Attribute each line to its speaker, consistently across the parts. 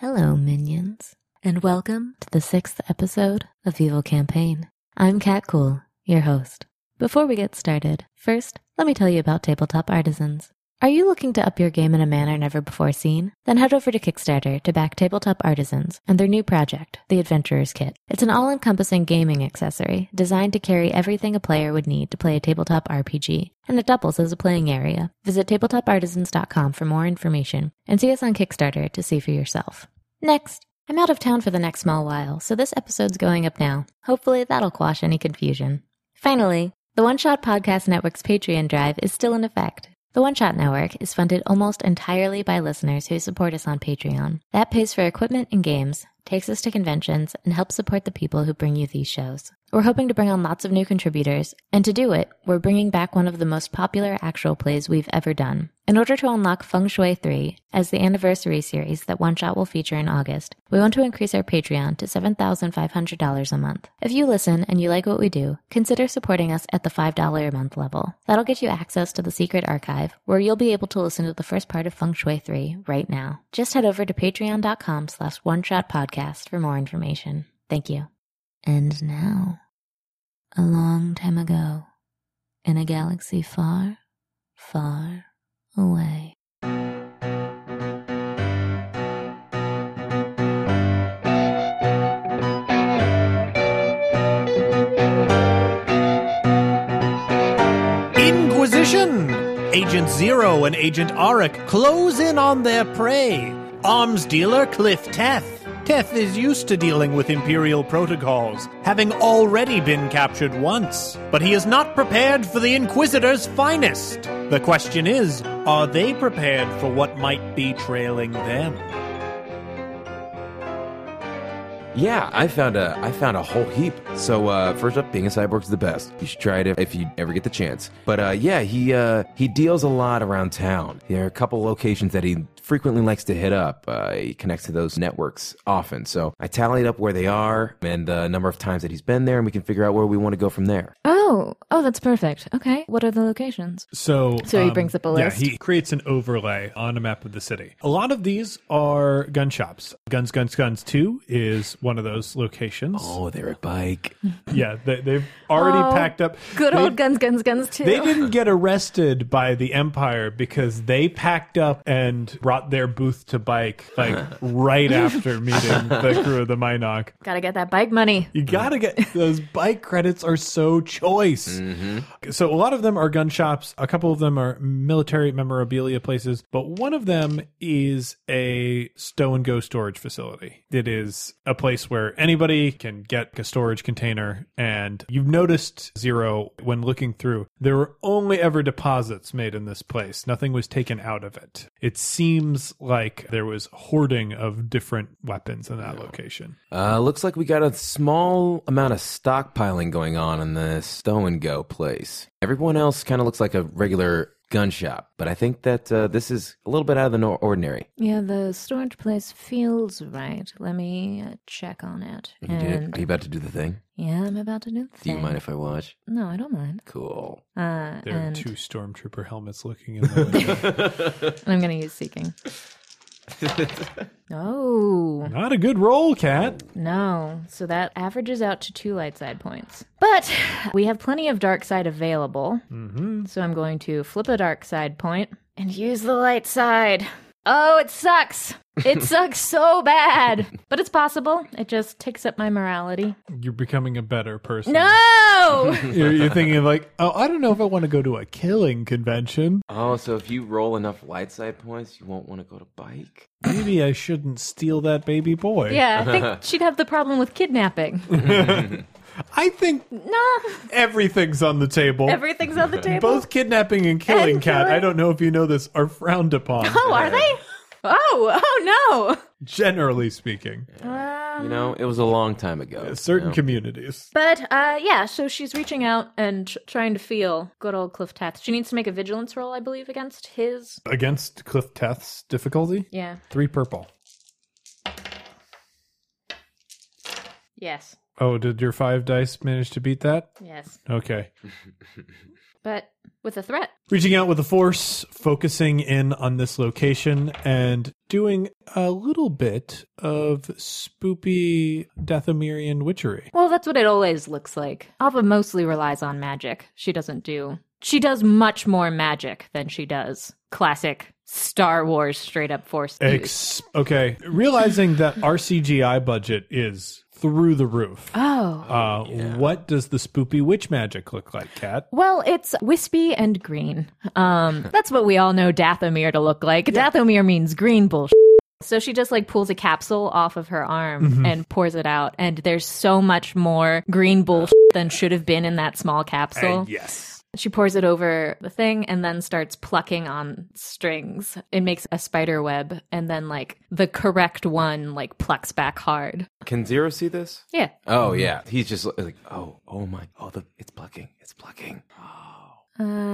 Speaker 1: Hello, minions, and welcome to the sixth episode of Evil Campaign. I'm Kat Cool, your host. Before we get started, first, let me tell you about Tabletop Artisans. Are you looking to up your game in a manner never before seen? Then head over to Kickstarter to back Tabletop Artisans and their new project, the Adventurer's Kit. It's an all encompassing gaming accessory designed to carry everything a player would need to play a tabletop RPG, and it doubles as a playing area. Visit tabletopartisans.com for more information and see us on Kickstarter to see for yourself. Next, I'm out of town for the next small while, so this episode's going up now. Hopefully, that'll quash any confusion. Finally, the One Shot Podcast Network's Patreon drive is still in effect. The One Shot Network is funded almost entirely by listeners who support us on Patreon. That pays for equipment and games, takes us to conventions, and helps support the people who bring you these shows. We're hoping to bring on lots of new contributors, and to do it, we're bringing back one of the most popular actual plays we've ever done. In order to unlock Feng Shui 3 as the anniversary series that One Shot will feature in August, we want to increase our Patreon to $7,500 a month. If you listen and you like what we do, consider supporting us at the $5 a month level. That'll get you access to the secret archive, where you'll be able to listen to the first part of Feng Shui 3 right now. Just head over to patreon.com slash one shot podcast for more information. Thank you. And now, a long time ago, in a galaxy far, far away.
Speaker 2: Inquisition! Agent Zero and Agent Auric close in on their prey. Arms dealer Cliff Teth. Teth is used to dealing with Imperial protocols, having already been captured once, but he is not prepared for the Inquisitor's finest. The question is are they prepared for what might be trailing them?
Speaker 3: Yeah, I found a I found a whole heap. So uh, first up, being a cyborg's the best. You should try it if, if you ever get the chance. But uh, yeah, he uh, he deals a lot around town. There are a couple locations that he frequently likes to hit up. Uh, he connects to those networks often. So I tallied up where they are and the number of times that he's been there, and we can figure out where we want to go from there.
Speaker 4: Oh, oh, that's perfect. Okay, what are the locations?
Speaker 5: So, um,
Speaker 4: So he brings up a list?
Speaker 5: Yeah, he creates an overlay on a map of the city. A lot of these are gun shops. Guns, Guns, Guns 2 is one of those locations.
Speaker 3: Oh, they're a bike.
Speaker 5: Yeah, they, they've already
Speaker 4: Oh,
Speaker 5: packed up.
Speaker 4: Good
Speaker 5: they,
Speaker 4: old guns, guns, guns too.
Speaker 5: They didn't get arrested by the Empire because they packed up and brought their booth to bike like right after meeting the crew of the Minoc.
Speaker 4: Gotta get that bike money.
Speaker 5: You gotta get those bike credits are so choice. So a lot of them are gun shops. A couple of them are military memorabilia places, but one of them is a stow and go storage facility. It is a place where anybody can get a storage container. And you've noticed zero when looking through. There were only ever deposits made in this place. Nothing was taken out of it. It seems like there was hoarding of different weapons in that location.
Speaker 3: Uh, looks like we got a small amount of stockpiling going on in the Stow and Go place. Everyone else kind of looks like a regular gun shop, but I think that uh, this is a little bit out of the nor- ordinary.
Speaker 4: Yeah, the storage place feels right. Let me uh, check on it.
Speaker 3: You did-
Speaker 4: And
Speaker 3: Are you about to do the thing?
Speaker 4: yeah, I'm about to do the
Speaker 3: Do
Speaker 4: thing.
Speaker 3: you mind if I watch?
Speaker 4: No, I don't mind.
Speaker 3: Cool.
Speaker 4: Uh,
Speaker 5: There
Speaker 4: and,
Speaker 5: are two stormtrooper helmets looking in the window.
Speaker 4: and I'm gonna use seeking. oh
Speaker 5: Not a good roll, cat.
Speaker 4: no! So that averages out to two light side points. But we have plenty of dark side available.
Speaker 3: Hmm.
Speaker 5: Mm-hmm.
Speaker 4: So I'm going to flip a dark side point and use the light side. Oh, it sucks. It sucks so bad. But it's possible. It just ticks up my morality.
Speaker 5: You're becoming a better person.
Speaker 4: No!
Speaker 5: You're, you're thinking like, oh, I don't know if I want to go to a killing convention.
Speaker 3: Oh, so if you roll enough light side points, you won't want to go to bike?
Speaker 5: Maybe I shouldn't steal that baby boy.
Speaker 4: yeah, I think she'd have the problem with kidnapping.
Speaker 5: I think
Speaker 4: no,
Speaker 5: everything's on the table.
Speaker 4: everything's on the table.
Speaker 5: Both kidnapping and killing,
Speaker 4: And
Speaker 5: cat.
Speaker 4: killing.
Speaker 5: I don't know if you know this, are frowned upon,
Speaker 4: oh, are they? Oh, oh
Speaker 5: generally speaking. Uh,
Speaker 4: no. Um,
Speaker 3: You know, it was a long time ago.
Speaker 5: Certain
Speaker 3: you know?
Speaker 5: communities.
Speaker 4: But uh, yeah, so she's reaching out and tr- trying to feel good old Cliff Tath. She needs to make a vigilance roll, I believe, against his.
Speaker 5: Against Cliff Teth's difficulty,
Speaker 4: Yeah.
Speaker 5: three purple.
Speaker 4: Yes.
Speaker 5: Oh, did your five dice manage to beat that?
Speaker 4: Yes.
Speaker 5: Okay.
Speaker 4: But with a threat.
Speaker 5: Reaching out with the force, focusing in on this location, and doing a little bit of spoopy Dathomirian witchery.
Speaker 4: Well, that's what it always looks like. Alva mostly relies on magic. She doesn't do. She does much more magic than she does classic Star Wars straight up force. use.
Speaker 5: Ex- okay. Realizing that our CGI budget is through the roof.
Speaker 4: oh.
Speaker 5: Uh, What does the spoopy witch magic look like, Kat?
Speaker 4: Well, it's wispy and green. Um, that's what we all know Dathomir to look like. Dathomir means green bullshit. So she just like pulls a capsule off of her arm and pours it out, and there's so much more green bullshit than should have been in that small capsule.
Speaker 5: yes.
Speaker 4: She pours it over the thing and then starts plucking on strings. It makes a spider web, and then like the correct one like plucks back hard.
Speaker 3: Can Zero see this?
Speaker 4: Yeah.
Speaker 3: Oh yeah, he's just like, oh, oh my, oh the, it's plucking, it's plucking.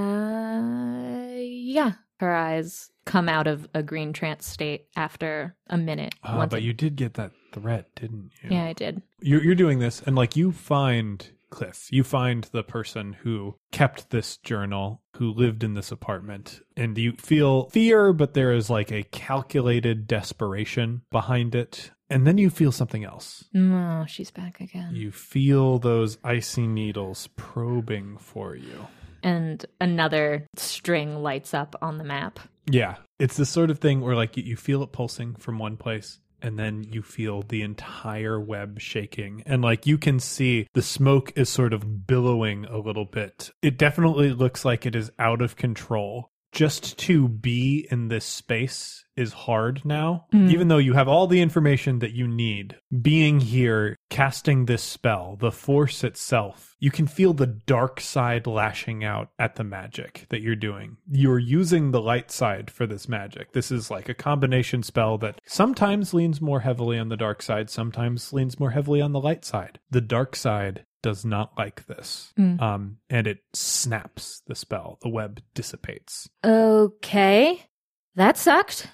Speaker 4: Uh, yeah. Her eyes come out of a green trance state after a minute.
Speaker 5: Uh,
Speaker 4: Once
Speaker 5: but
Speaker 4: it-
Speaker 5: you did get that threat, didn't you?
Speaker 4: yeah, I did.
Speaker 5: you're, you're doing this and like you find cliff you find the person who kept this journal who lived in this apartment and you feel fear but there is like a calculated desperation behind it and then you feel something else
Speaker 4: No, Oh, she's back again.
Speaker 5: you feel those icy needles probing for you
Speaker 4: And another string lights up on the map.
Speaker 5: yeah it's this sort of thing where like you- you feel it pulsing from one place and then you feel the entire web shaking and like you can see the smoke is sort of billowing a little bit it definitely looks like it is out of control just to be in this space is hard now
Speaker 4: Mm.
Speaker 5: even though you have all the information that you need being here casting this spell the force itself you can feel the dark side lashing out at the magic that you're doing you're using the light side for this magic this is like a combination spell that sometimes leans more heavily on the dark side sometimes leans more heavily on the light side the dark side does not like this
Speaker 4: Mm.
Speaker 5: um, and it snaps the spell the web dissipates
Speaker 4: Okay. That sucked.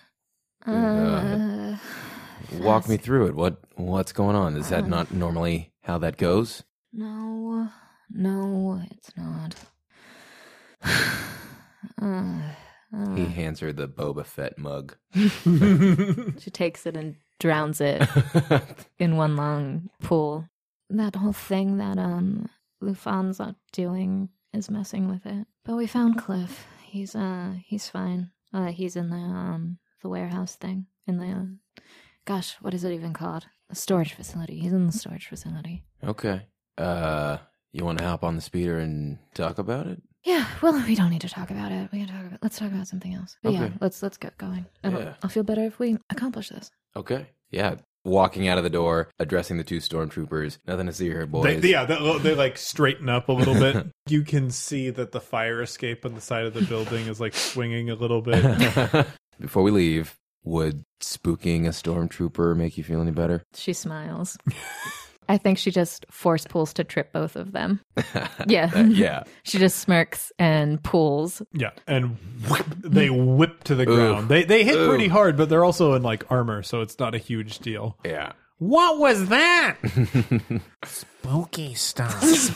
Speaker 3: Uh, Walk me through it. What what's going on? Is that not normally how that goes?
Speaker 4: No, no, it's not. Uh.
Speaker 3: He hands her the Boba Fett mug.
Speaker 4: she takes it and drowns it in one long pool. That whole thing that um Lufan's not doing is messing with it. But we found Cliff. He's uh he's fine. Uh he's in the um the warehouse thing in the uh, gosh, what is it even called? The storage facility. He's in the storage facility.
Speaker 3: okay. Uh, you want to hop on the speeder and talk about it?
Speaker 4: Yeah, well, we don't need to talk about it. We can talk about. Let's talk about something else. But yeah,
Speaker 3: Okay.
Speaker 4: let's let's get going. It'll,
Speaker 3: Yeah.
Speaker 4: I'll feel better if we accomplish this.
Speaker 3: Okay. Yeah. Walking out of the door, addressing the two stormtroopers. Nothing to see here, boys.
Speaker 5: They, yeah, they, they like straighten up a little bit. you can see that the fire escape on the side of the building is like swinging a little bit.
Speaker 3: Before we leave, would spooking a stormtrooper make you feel any better?
Speaker 4: She smiles. I think she just force pulls to trip both of them. Yeah,
Speaker 3: yeah.
Speaker 4: She just smirks and pulls.
Speaker 5: Yeah, and whip, they whip to the
Speaker 3: Oof.
Speaker 5: ground. They they hit
Speaker 3: Oof.
Speaker 5: pretty hard, but they're also in like armor, so it's not a huge deal.
Speaker 3: Yeah.
Speaker 2: What was that? Spooky stuff.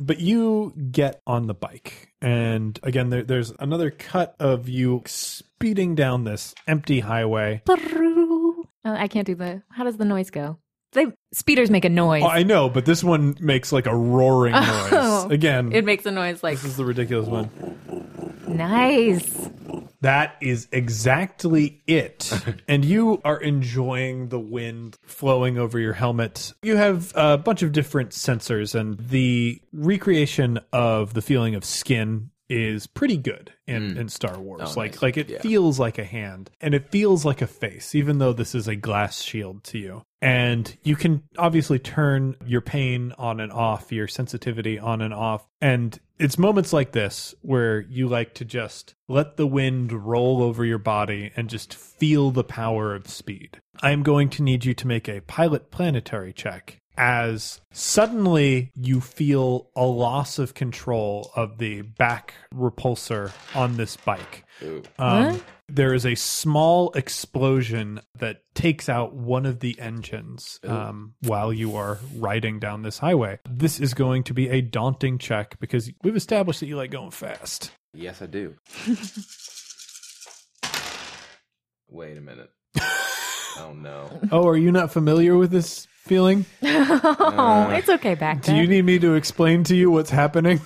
Speaker 5: But you get on the bike, and again, there, there's another cut of you speeding down this empty highway.
Speaker 4: Oh, I can't do the. How does the noise go? They speeders make a noise.
Speaker 5: Oh, I know, but this one makes like a roaring noise.
Speaker 4: Oh.
Speaker 5: Again,
Speaker 4: it Oh. makes a noise like
Speaker 5: this is the ridiculous one.
Speaker 4: nice.
Speaker 5: That is exactly it. and you are enjoying the wind flowing over your helmet. You have a bunch of different sensors, and the recreation of the feeling of skin is pretty good in, in Star Wars. like like it feels like a hand and it feels like a face, even though this is a glass shield to you. And you can obviously turn your pain on and off, your sensitivity on and off. And it's moments like this where you like to just let the wind roll over your body and just feel the power of speed. I am going to need you to make a pilot planetary check as suddenly you feel a loss of control of the back repulsor on this bike. Um, there is a small explosion that takes out one of the engines um, while you are riding down this highway. This is going to be a daunting check because we've established that you like going fast.
Speaker 3: Yes, I do. Wait a minute. oh no.
Speaker 5: Oh, are you not familiar with this feeling?
Speaker 4: oh, it's okay back
Speaker 5: Uh, Do you need me to explain to you what's happening?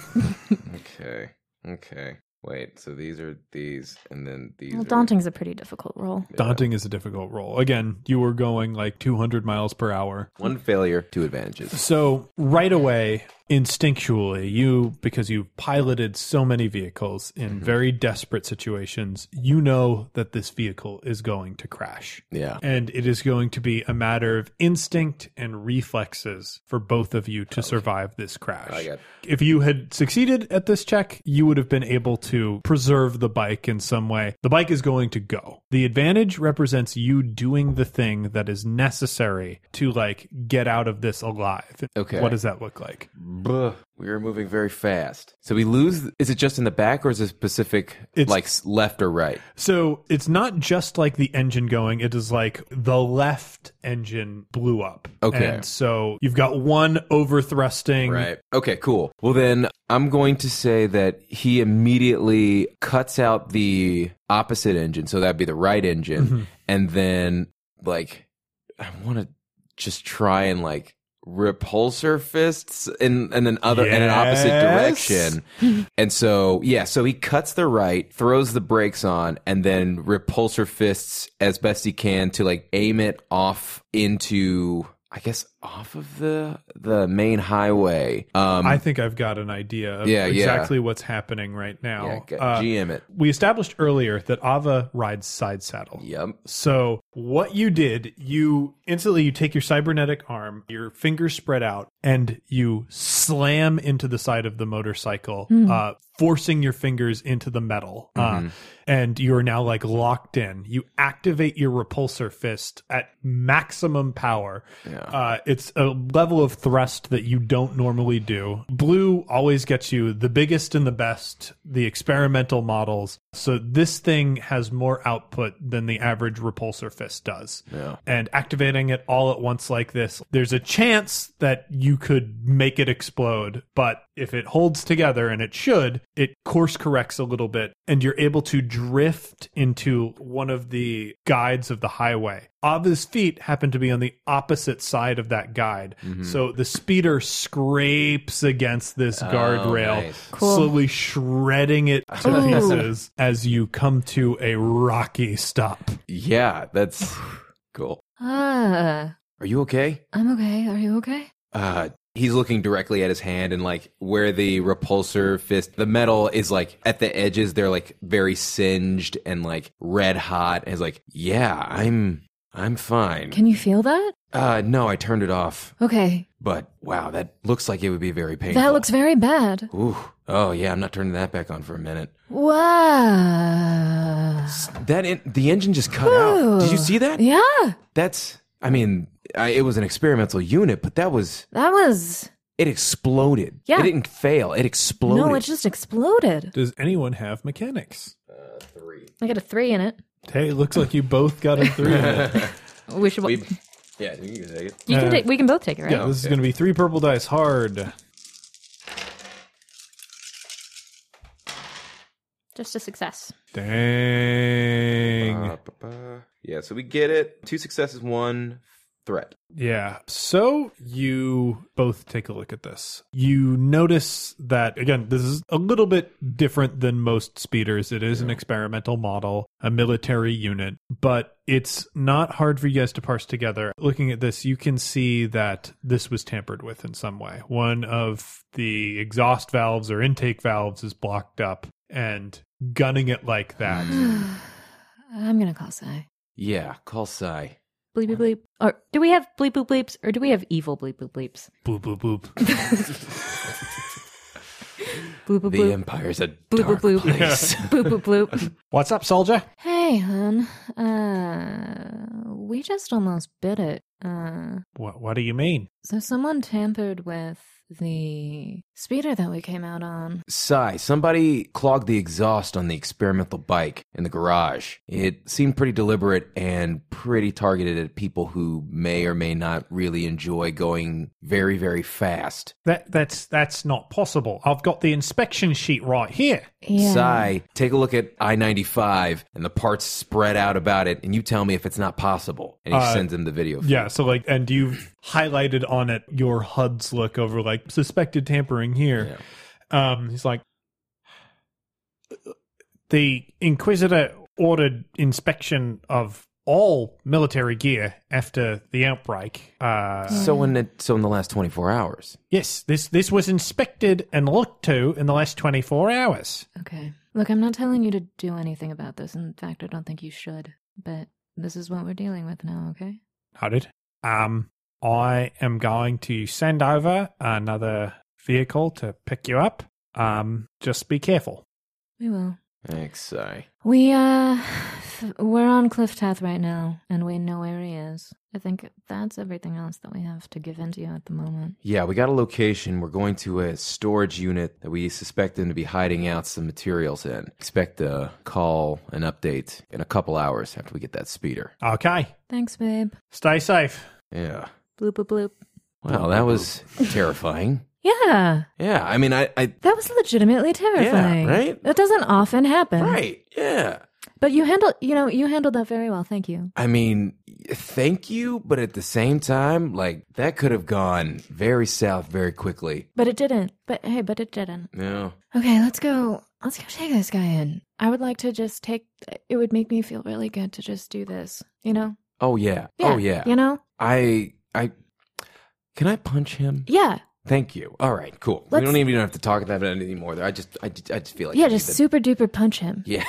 Speaker 3: Okay. Okay. Wait. So these are these, and then these.
Speaker 4: well,
Speaker 3: are-
Speaker 4: daunting's a pretty difficult role.
Speaker 3: Yeah.
Speaker 5: Daunting is a difficult role. Again, you were going like 200 miles per hour.
Speaker 3: One failure, two advantages.
Speaker 5: So right away, instinctually, you because you've piloted so many vehicles in very desperate situations, you know that this vehicle is going to crash.
Speaker 3: Yeah.
Speaker 5: And it is going to be a matter of instinct and reflexes for both of you to survive this crash.
Speaker 3: I got-
Speaker 5: If you had succeeded at this check, you would have been able to preserve the bike in some way. The bike is going to go. The advantage represents you doing the thing that is necessary to like get out of this alive.
Speaker 3: Okay.
Speaker 5: What does that look like?
Speaker 3: Buh. We are moving very fast. So we lose. Is it just in the back, or is it specific,
Speaker 5: It's-
Speaker 3: like s- left or right?
Speaker 5: So it's not just like the engine going, it is like the left engine blew up.
Speaker 3: Okay.
Speaker 5: And so you've got one overthrusting.
Speaker 3: Right. Okay, cool. Well, then I'm going to say that he immediately cuts out the opposite engine. So that'd be the right engine. And then, like, I want to just try and, like, repulsor fists in, in an other in an opposite
Speaker 5: Yes.
Speaker 3: direction and so yeah so he cuts the right throws the brakes on and then repulsor fists as best he can to like aim it off into i guess off of the the main highway um
Speaker 5: I think I've got an idea of
Speaker 3: Yeah, yeah.
Speaker 5: exactly what's happening right now.
Speaker 3: Yeah, g-
Speaker 5: Uh,
Speaker 3: GM it.
Speaker 5: we established earlier that Ava rides side saddle.
Speaker 3: Yep.
Speaker 5: So what you did, you instantly you take your cybernetic arm, your fingers spread out, and you slam into the side of the motorcycle, uh, forcing your fingers into the metal.
Speaker 3: Mm-hmm.
Speaker 5: Uh, and you are now like locked in. You activate your repulsor fist at maximum power. Uh, it's a level of thrust that you don't normally do. Blue always gets you the biggest and the best, the experimental models. So this thing has more output than the average repulsor fist does. And activating it all at once like this, there's a chance that you could make it explode. But if it holds together, and it should, it course corrects a little bit, and you're able to drift into one of the guides of the highway. Ava's feet happen to be on the opposite side of that guide. So the speeder scrapes against this guardrail,
Speaker 3: Oh, nice.
Speaker 4: Cool.
Speaker 5: slowly shredding it to
Speaker 4: Ooh.
Speaker 5: pieces as you come to a rocky stop.
Speaker 3: Yeah, that's cool.
Speaker 4: Ah,
Speaker 3: Are you okay?
Speaker 4: I'm okay. Are you okay?
Speaker 3: Uh he's looking directly at his hand and like where the repulsor fist the metal is like at the edges they're like very singed and like red hot and he's like, "Yeah, I'm I'm fine."
Speaker 4: Can you feel that?
Speaker 3: uh no, I turned it off.
Speaker 4: Okay.
Speaker 3: But wow, that looks like it would be very painful.
Speaker 4: That looks very bad.
Speaker 3: Ooh. Oh yeah, I'm not turning that back on for a minute.
Speaker 4: Wow.
Speaker 3: That en- the engine just cut out. Did you see that?
Speaker 4: Yeah.
Speaker 3: That's I mean, I, it was an experimental unit, but that was
Speaker 4: That was.
Speaker 3: It exploded.
Speaker 4: Yeah.
Speaker 3: It didn't fail. It exploded.
Speaker 4: No, it just exploded.
Speaker 5: Does anyone have mechanics?
Speaker 4: I got a three in it.
Speaker 5: Hey, looks like you both got a three. in it.
Speaker 4: We should.
Speaker 3: We- yeah, you can take it.
Speaker 4: you can
Speaker 5: uh,
Speaker 4: take, we can both take it, right?
Speaker 5: Yeah, this is going to be three purple dice hard.
Speaker 4: Just a success.
Speaker 5: Dang.
Speaker 3: Ba-ba-ba. Uh, Yeah, so we get it. Two successes, one threat.
Speaker 5: Yeah. So you both take a look at this. You notice that, again, this is a little bit different than most speeders. It is an experimental model, a military unit, but it's not hard for you guys to parse together. Looking at this, you can see that this was tampered with in some way. One of the exhaust valves or intake valves is blocked up, and gunning it like that.
Speaker 4: I'm gonna call Sai.
Speaker 3: Yeah, call Psy.
Speaker 4: Bleep bleep bleep. Or do we have bleep boop bleeps? Or do we have evil bleep boop bleeps?
Speaker 5: boop, boop, boop.
Speaker 4: Bloop bloop
Speaker 3: The um,
Speaker 4: bloop.
Speaker 3: Empire's a
Speaker 4: Bloop
Speaker 3: dark
Speaker 4: bloop bloop.
Speaker 3: place.
Speaker 4: Bloop bloop bloop.
Speaker 5: What's up, soldier?
Speaker 4: Hey, hun. Uh, we just almost bit it. Uh,
Speaker 5: What, what do you mean?
Speaker 4: so someone tampered with the speeder that we came out on.
Speaker 3: Sigh, somebody clogged the exhaust on the experimental bike in the garage. It seemed pretty deliberate and pretty targeted at people who may or may not really enjoy going very, very fast.
Speaker 5: That that's that's not possible. I've got the inspection sheet right here.
Speaker 4: Yeah.
Speaker 3: Sigh, take a look at I 95 and the parts spread out about it, and you tell me if it's not possible. And he
Speaker 5: Uh,
Speaker 3: sends him the video.
Speaker 5: Yeah, so like and you've highlighted on it your HUD's look over like suspected tampering here. Um he's like the inquisitor ordered inspection of all military gear after the outbreak. Uh
Speaker 3: So in the, so in the last 24 hours.
Speaker 5: yes, this this was inspected and looked to in the last 24 hours.
Speaker 4: Okay. Look, I'm not telling you to do anything about this. In fact, I don't think you should. But this is what we're dealing with now, okay?
Speaker 5: Noted. Um, I am going to send over another vehicle to pick you up. Um, just be careful.
Speaker 4: We will.
Speaker 3: Thanks, Sigh.
Speaker 4: We, uh, we're on Cliff Tath right now, and we know where he is. I think that's everything else that we have to give into you at the moment.
Speaker 3: Yeah, we got a location. We're going to a storage unit that we suspect them to be hiding out some materials in. Expect a call, an update in a couple hours after we get that speeder.
Speaker 5: Okay.
Speaker 4: Thanks, babe.
Speaker 5: Stay safe.
Speaker 3: Yeah.
Speaker 4: Bloop, bloop, bloop.
Speaker 3: Wow, that was terrifying.
Speaker 4: Yeah,
Speaker 3: Yeah, I mean, I, I
Speaker 4: that was legitimately terrifying.
Speaker 3: right?
Speaker 4: That doesn't often happen.
Speaker 3: right, yeah.
Speaker 4: But you handled, you know, you handled that very well. Thank you.
Speaker 3: I mean, thank you, but at the same time, like that could have gone very south very quickly.
Speaker 4: But it didn't. But hey, but it didn't.
Speaker 3: No.
Speaker 4: Okay, let's go. Let's go take this guy in. I would like to just take. It would make me feel really good to just do this. You know?
Speaker 3: Oh yeah. Oh yeah.
Speaker 4: You know?
Speaker 3: I I can I punch him?
Speaker 4: Yeah.
Speaker 3: Thank you. All right, cool.
Speaker 4: Let's-
Speaker 3: we don't even have to talk about it anymore. I just, I, just- I just feel like
Speaker 4: yeah.
Speaker 3: I
Speaker 4: Just
Speaker 3: need
Speaker 4: super duper punch him.
Speaker 3: to- yeah,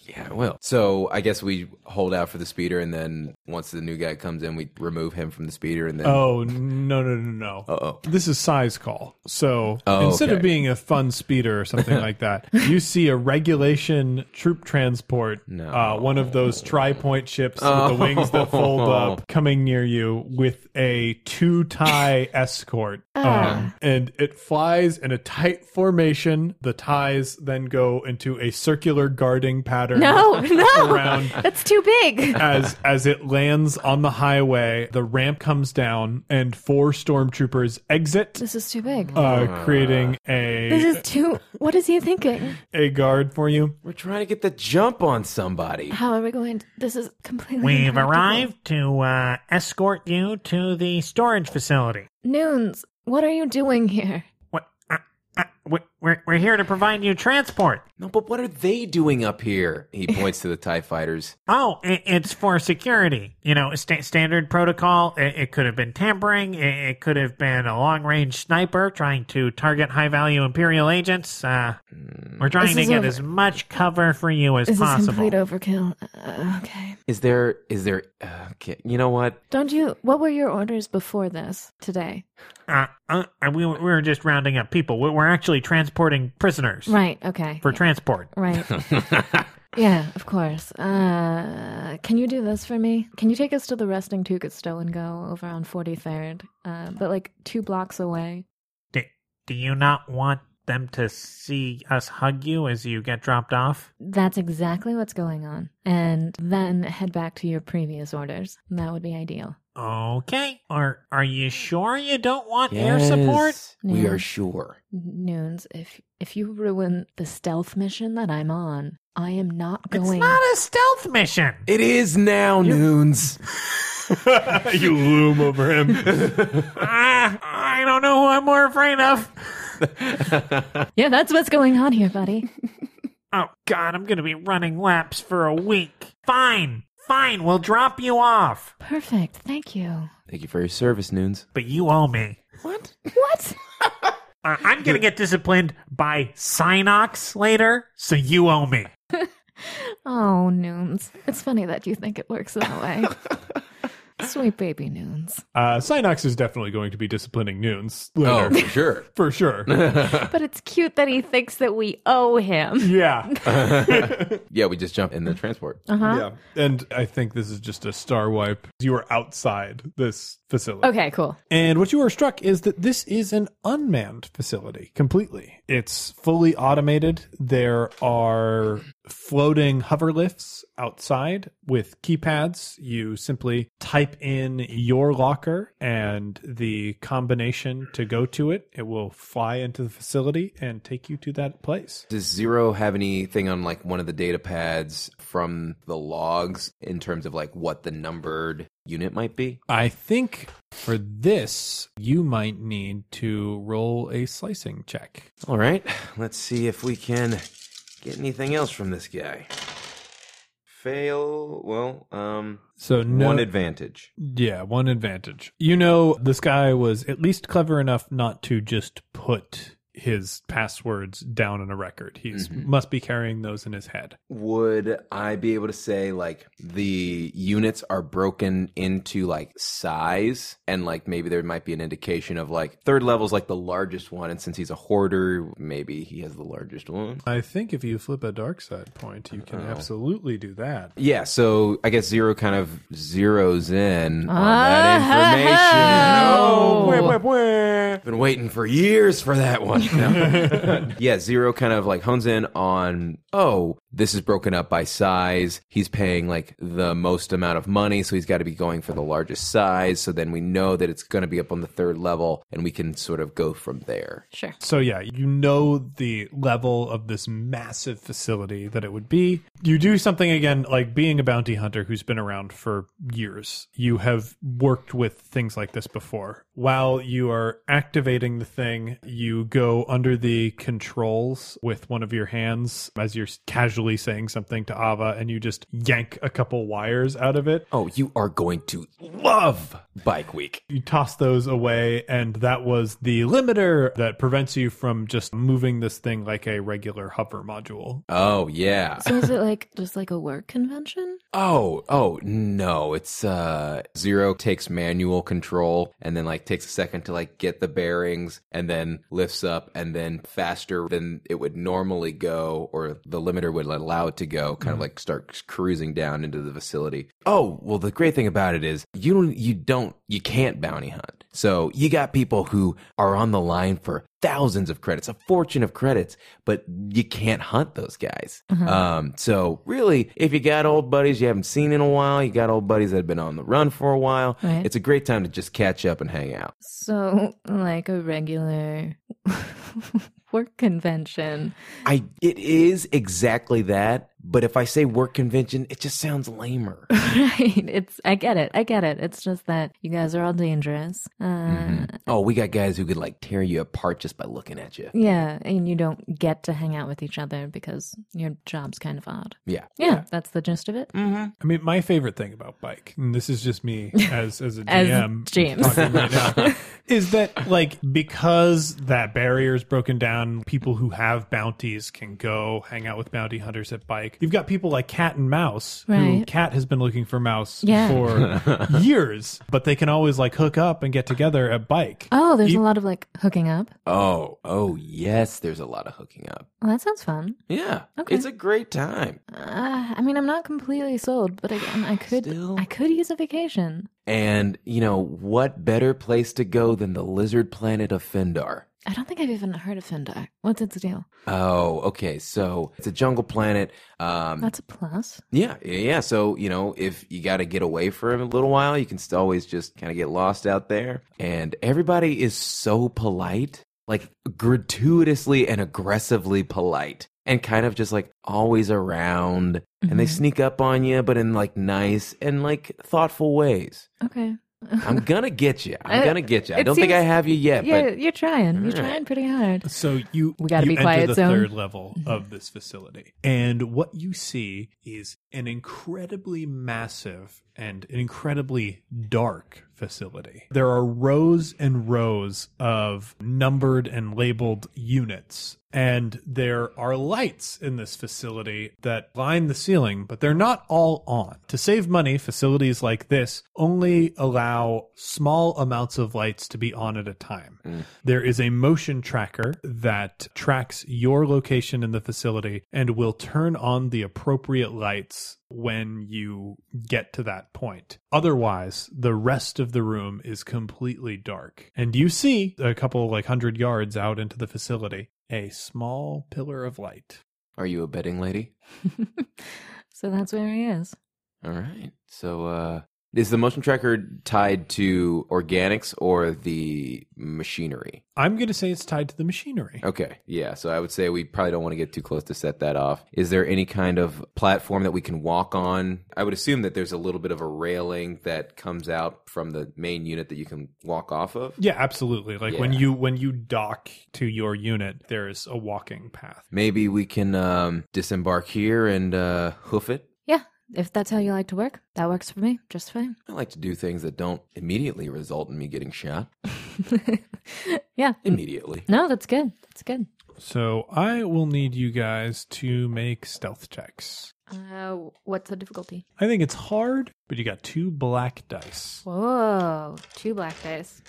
Speaker 3: yeah. I will. So I guess we hold out for the speeder, and then once the new guy comes in, we remove him from the speeder, and then
Speaker 5: Oh, no, no, no, no.
Speaker 3: Uh-oh.
Speaker 5: This is size call. So
Speaker 3: Oh,
Speaker 5: instead of
Speaker 3: okay.
Speaker 5: being a fun speeder or something like that, you see a regulation troop transport,
Speaker 3: No.
Speaker 5: uh, one of those tri point ships with the wings that
Speaker 3: Oh.
Speaker 5: fold up, coming near you with a two tie escort. Um, and it flies in a tight formation. The ties then go into a circular guarding pattern
Speaker 4: No, no,
Speaker 5: around
Speaker 4: that's too big.
Speaker 5: as as it lands on the highway, the ramp comes down and four stormtroopers exit,
Speaker 4: This is too big.
Speaker 2: Oh,
Speaker 5: uh, creating
Speaker 4: this
Speaker 5: a
Speaker 4: is too. What is he thinking?
Speaker 5: a guard for you.
Speaker 3: we're trying to get the jump on somebody.
Speaker 4: How are we going? To, this is completely.
Speaker 2: We've
Speaker 4: impractical.
Speaker 2: arrived to uh, escort you to the storage facility.
Speaker 4: Noons. What are you doing here?
Speaker 2: What? Uh, uh, we- we're, we're here to provide you transport.
Speaker 3: No, but what are they doing up here? He points to the Tie fighters.
Speaker 2: Oh, i it's for security. You know, sta standard protocol. I- It, could have been tampering. It, it could have been a long range sniper trying to target high value Imperial agents. Uh,
Speaker 4: This
Speaker 2: we're trying to
Speaker 4: is
Speaker 2: get
Speaker 4: over.
Speaker 2: as much cover for you as
Speaker 4: This is
Speaker 2: possible.
Speaker 4: complete overkill. Uh, okay.
Speaker 3: Is there? Is there? Uh, okay, you know what?
Speaker 4: Don't you? What were your orders before this today?
Speaker 2: uh, uh, we, were- we were just rounding up people. We- We're actually transporting prisoners
Speaker 4: Right. Okay.
Speaker 2: for transport.
Speaker 4: Right. yeah, of course. Uh, can you do this for me? Can you take us to the resting Tugatstow and go over on 43rd? Uh, but like two blocks away.
Speaker 2: Do, do you not want them to see us hug you as you get dropped off?
Speaker 4: That's exactly what's going on. And then head back to your previous orders. That would be ideal.
Speaker 2: Okay. Are are you sure you don't want air support?
Speaker 3: Yes, We
Speaker 4: Yeah.
Speaker 3: are sure.
Speaker 4: Noons, if if you ruin the stealth mission that I'm on, I am not
Speaker 2: It's
Speaker 4: going.
Speaker 2: not a stealth mission.
Speaker 3: It is now, noons.
Speaker 5: you loom over him.
Speaker 2: Ah, I don't know who I'm more afraid of.
Speaker 4: yeah, that's what's going on here, buddy.
Speaker 2: Oh God, I'm gonna be running laps for a week. Fine, fine. We'll drop you off,
Speaker 4: Perfect. Thank you.
Speaker 3: Thank you for your service, noons.
Speaker 2: but you owe me.
Speaker 4: What?
Speaker 2: Uh, I'm gonna get disciplined by Sinox later, so you owe me.
Speaker 4: Oh, Noons. It's funny that you think it works that way. Sweet baby noons.
Speaker 5: Uh, Synox is definitely going to be disciplining Noons
Speaker 3: Oh,
Speaker 5: later,
Speaker 3: for sure.
Speaker 5: for sure.
Speaker 4: But it's cute that he thinks that we owe him.
Speaker 5: yeah.
Speaker 3: Yeah, we just jump in the transport.
Speaker 5: Yeah. And I think this is just a star wipe. You are outside this facility.
Speaker 4: Okay, cool.
Speaker 5: And what you are struck is that this is an unmanned facility completely. It's fully automated. There are floating hover lifts outside with keypads. You simply type in your locker and the combination to go to it. It will fly into the facility and take you to that place.
Speaker 3: Does Zero have anything on like one of the data pads from the logs in terms of like what the numbered unit might be?
Speaker 5: I think for this, you might need to roll a slicing check.
Speaker 3: All right, let's see if we can get anything else from this guy. Fail. Well, um,
Speaker 5: So no
Speaker 3: one advantage.
Speaker 5: Yeah, one advantage. You know, this guy was at least clever enough not to just put his passwords down in a record. He must be carrying those in his head.
Speaker 3: Would I be able to say like the units are broken into like size and like maybe there might be an indication of like third level's like the largest one and since he's a hoarder, maybe he has the largest one.
Speaker 5: I think if you flip a dark side point, you can absolutely do that.
Speaker 3: Yeah, so I guess zero kind of zeroes in on that information.
Speaker 4: Oh.
Speaker 3: Ah. Been waiting for years for that one. No. yeah, Zero kind of like hones in on, oh, this is broken up by size. He's paying like the most amount of money, so he's got to be going for the largest size. So then we know that it's going to be up on the third level, and we can sort of go from there.
Speaker 4: Sure.
Speaker 5: So yeah, you know the level of this massive facility that it would be. You do something again like being a bounty hunter who's been around for years. You have worked with things like this before. While you are activating the thing, you go under the controls with one of your hands as you're casually saying something to Ava and you just yank a couple wires out of it.
Speaker 3: Oh, you are going to love Bike Week.
Speaker 5: You toss those away, and that was the limiter that prevents you from just moving this thing like a regular hover module.
Speaker 3: Oh, yeah.
Speaker 4: So is it like just like a work convention?
Speaker 3: Oh, oh no, it's uh Zero takes manual control and then like takes a second to like get the bearings and then lifts up and then faster than it would normally go or the limiter would allow it to go, kind of like starts cruising down into the facility. Oh, well the great thing about it is you don't you don't you can't bounty hunt. So you got people who are on the line for thousands of credits, a fortune of credits, but you can't hunt those guys. Um, so really, if you got old buddies you haven't seen in a while, you got old buddies that have been on the run for a while,
Speaker 4: Right.
Speaker 3: it's a great time to just catch up and hang out.
Speaker 4: So like a regular work convention.
Speaker 3: I it is exactly that, but if I say work convention, it just sounds lamer.
Speaker 4: Right. It's I get it. I get it. It's just that you guys are all dangerous. Uh
Speaker 3: oh, we got guys who could like tear you apart just by looking at you.
Speaker 4: yeah, and you don't get to hang out with each other because your job's kind of odd.
Speaker 3: Yeah. Mm.
Speaker 4: Yeah, that's the gist of it.
Speaker 5: I mean, my favorite thing about bike, and this is just me as as a
Speaker 4: As
Speaker 5: GM,
Speaker 4: James.
Speaker 5: talking right now, is that like because that barrier is broken down, people who have bounties can go hang out with bounty hunters at bike. You've got people like Cat and Mouse, who
Speaker 4: Right.
Speaker 5: Cat has been looking for Mouse
Speaker 4: Yeah.
Speaker 5: for years, but they can always like hook up and get together at bike.
Speaker 4: Oh, there's
Speaker 5: You-
Speaker 4: a lot of like hooking up.
Speaker 3: Oh, oh yes, there's a lot of hooking up.
Speaker 4: Well, that sounds fun.
Speaker 3: Yeah.
Speaker 4: Okay.
Speaker 3: It's a great time.
Speaker 4: Uh, I mean, I'm not completely sold, but again, I could
Speaker 3: Still.
Speaker 4: I could use a vacation.
Speaker 3: And, you know, what better place to go than the lizard planet of Fendar?
Speaker 4: I don't think I've even heard of Fendar. What's its deal?
Speaker 3: Oh, okay. So it's a jungle planet. Um,
Speaker 4: That's a plus.
Speaker 3: yeah, yeah, yeah. So, you know, if you got to get away for a little while, you can still always just kind of get lost out there. And everybody is so polite, like gratuitously and aggressively polite, and kind of just like always around. And
Speaker 4: Mm-hmm.
Speaker 3: they sneak up on you, but in like nice and like thoughtful ways.
Speaker 4: Okay.
Speaker 3: I'm gonna get you. I'm
Speaker 4: Uh,
Speaker 3: gonna get you. I
Speaker 4: it
Speaker 3: don't think I
Speaker 4: seems-
Speaker 3: have you yet,
Speaker 4: yeah,
Speaker 3: but
Speaker 4: you're trying. You're
Speaker 3: All right.
Speaker 4: trying pretty hard.
Speaker 5: So you
Speaker 4: We gotta
Speaker 5: you
Speaker 4: be
Speaker 5: enter
Speaker 4: quiet Mm-hmm.
Speaker 5: the
Speaker 4: zone.
Speaker 5: third level of this facility, and what you see is an incredibly massive and an incredibly dark facility. There are rows and rows of numbered and labeled units. And there are lights in this facility that line the ceiling, but they're not all on. To save money, facilities like this only allow small amounts of lights to be on at a time. There is a motion tracker that tracks your location in the facility and will turn on the appropriate lights when you get to that point. Otherwise, the rest of the room is completely dark. And you see a couple like hundred yards out into the facility a small pillar of light.
Speaker 3: Are you a betting lady?
Speaker 4: so that's where he is.
Speaker 3: All right. So uh is the motion tracker tied to organics or the machinery?
Speaker 5: I'm going to say it's tied to the machinery.
Speaker 3: Okay. Yeah. So I would say we probably don't want to get too close to set that off. Is there any kind of platform that we can walk on? I would assume that there's a little bit of a railing that comes out from the main unit that you can walk off of.
Speaker 5: Yeah, absolutely. Like when
Speaker 3: Yeah.
Speaker 5: you when you dock to your unit, there's a walking path.
Speaker 3: Maybe we can um, disembark here and uh, hoof it.
Speaker 4: Yeah, if that's how you like to work, that works for me just fine.
Speaker 3: I like to do things that don't immediately result in me getting shot.
Speaker 4: yeah.
Speaker 3: Immediately.
Speaker 4: No, that's good. That's good.
Speaker 5: So I will need you guys to make stealth checks.
Speaker 4: Uh, what's the difficulty?
Speaker 5: I think it's hard, but you got two black dice.
Speaker 4: Whoa, two black dice,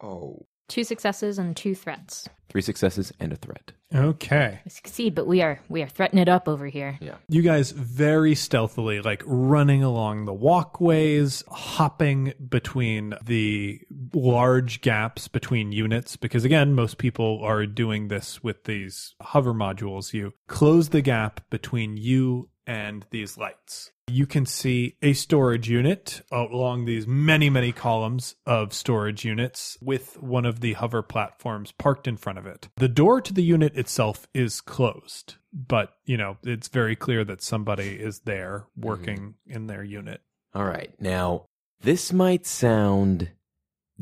Speaker 3: Oh.
Speaker 4: two successes and two threats.
Speaker 3: Three successes and a threat.
Speaker 5: Okay.
Speaker 4: We succeed, but we are we are threatening it up over here.
Speaker 5: You guys very stealthily, like running along the walkways, hopping between the large gaps between units, because again, most people are doing this with these hover modules. You close the gap between you and these lights. You can see a storage unit along these many, many columns of storage units with one of the hover platforms parked in front of it. The door to the unit itself is closed, but you know, it's very clear that somebody is there
Speaker 3: Mm-hmm.
Speaker 5: working in their unit.
Speaker 3: All right. Now, this might sound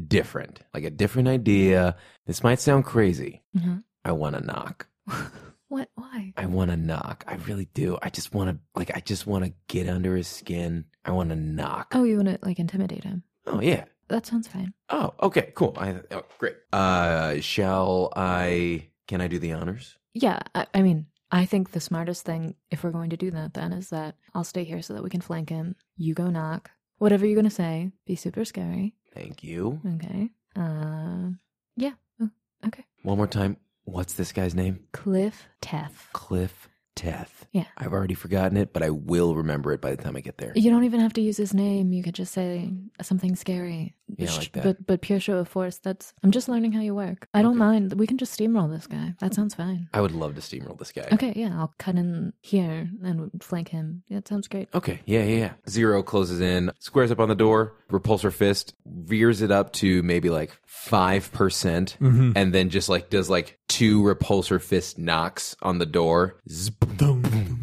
Speaker 3: different, like a different idea. This might sound crazy.
Speaker 4: Mhm.
Speaker 3: I want to knock.
Speaker 4: What? Why?
Speaker 3: I want to knock. I really do. I just want to, like, I just want to get under his skin. I want to knock.
Speaker 4: Oh, you want to like intimidate him?
Speaker 3: Oh, yeah.
Speaker 4: That sounds fine.
Speaker 3: Oh, okay. Cool. I, oh, great. Uh, shall I, can I do the honors?
Speaker 4: Yeah, I, I mean, I think the smartest thing, if we're going to do that, then is that I'll stay here so that we can flank him. You go knock. Whatever you're gonna say, be super scary.
Speaker 3: Thank you.
Speaker 4: Okay. Uh, yeah. Oh, Okay.
Speaker 3: One more time. What's this guy's name?
Speaker 4: Cliff Teff.
Speaker 3: Cliff Teth.
Speaker 4: Yeah.
Speaker 3: I've already forgotten it, but I will remember it by the time I get there.
Speaker 4: You don't even have to use his name. You could just say something scary.
Speaker 3: Yeah, I
Speaker 4: Sh-
Speaker 3: like that.
Speaker 4: But but pure show of force. That's I'm just learning how you work. I don't
Speaker 3: Okay.
Speaker 4: mind. We can just steamroll this guy. That sounds fine.
Speaker 3: I would love to steamroll this guy.
Speaker 4: Okay, yeah, I'll cut in here and flank him. Yeah, it sounds great.
Speaker 3: Okay, yeah, yeah, yeah. Zero closes in, squares up on the door, repulsor fist, veers it up to maybe like 5%, percent and then just like does like two repulsor fist knocks on the door. Zzz, boom, boom, boom.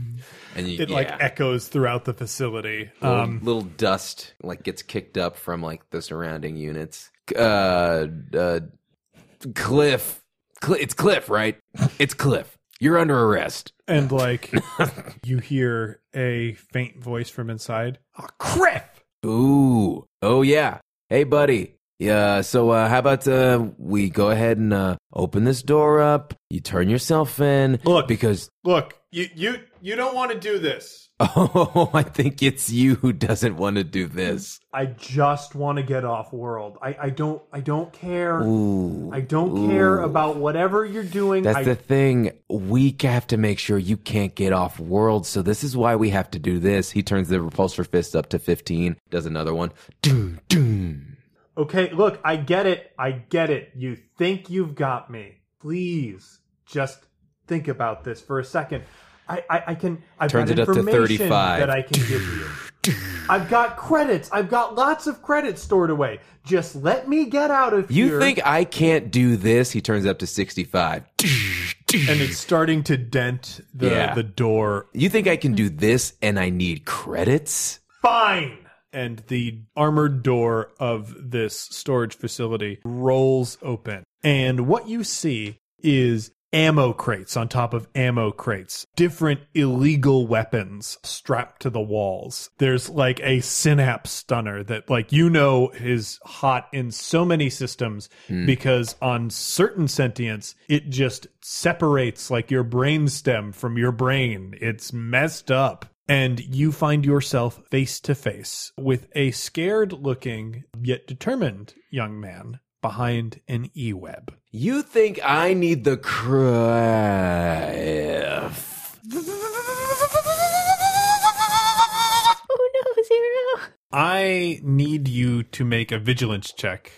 Speaker 3: And you,
Speaker 5: It like
Speaker 3: yeah.
Speaker 5: echoes throughout the facility.
Speaker 3: little,
Speaker 5: Um,
Speaker 3: little dust like gets kicked up from like the surrounding units. Uh, uh, Cliff, Cl- it's Cliff, right? It's Cliff. You're under arrest.
Speaker 5: and like you hear a faint voice from inside. Ah, crap!
Speaker 3: Ooh. Oh yeah. Hey buddy. Yeah, so uh how about uh we go ahead and uh open this door up. You turn yourself in
Speaker 5: Look.
Speaker 3: because
Speaker 5: Look, you you you don't want to do this.
Speaker 3: oh, I think it's you who doesn't want to do this.
Speaker 5: I just want to get off world. I I don't I don't care.
Speaker 3: Ooh.
Speaker 5: I don't care
Speaker 3: Ooh.
Speaker 5: about whatever you're doing.
Speaker 3: That's
Speaker 5: I,
Speaker 3: the thing. We have to make sure you can't get off world. So this is why we have to do this. He turns the repulsor fist up to 15, does another one. Doom, doom.
Speaker 5: okay, look, I get it. I get it. You think you've got me. Please just think about this for a second. I, I, I can I've
Speaker 3: Turns
Speaker 5: got
Speaker 3: it up to
Speaker 5: information
Speaker 3: 35.
Speaker 5: that I can give you. I've got credits. I've got lots of credits stored away. Just let me get out of
Speaker 3: You
Speaker 5: here.
Speaker 3: think I can't do this? He turns up to 65.
Speaker 5: and it's starting to dent the,
Speaker 3: Yeah.
Speaker 5: the door
Speaker 3: You think I can do this and I need credits?
Speaker 5: Fine! And the armored door of this storage facility rolls open. And what you see is ammo crates on top of ammo crates, different illegal weapons strapped to the walls. There's like a synapse stunner that like you know is hot in so many systems because on certain sentience it just separates like your brain stem from your brain. It's messed up. And you find yourself face to face with a scared looking yet determined young man behind an e web.
Speaker 3: You think I need the craft?
Speaker 4: Oh no, zero.
Speaker 5: I need you to make a vigilance check.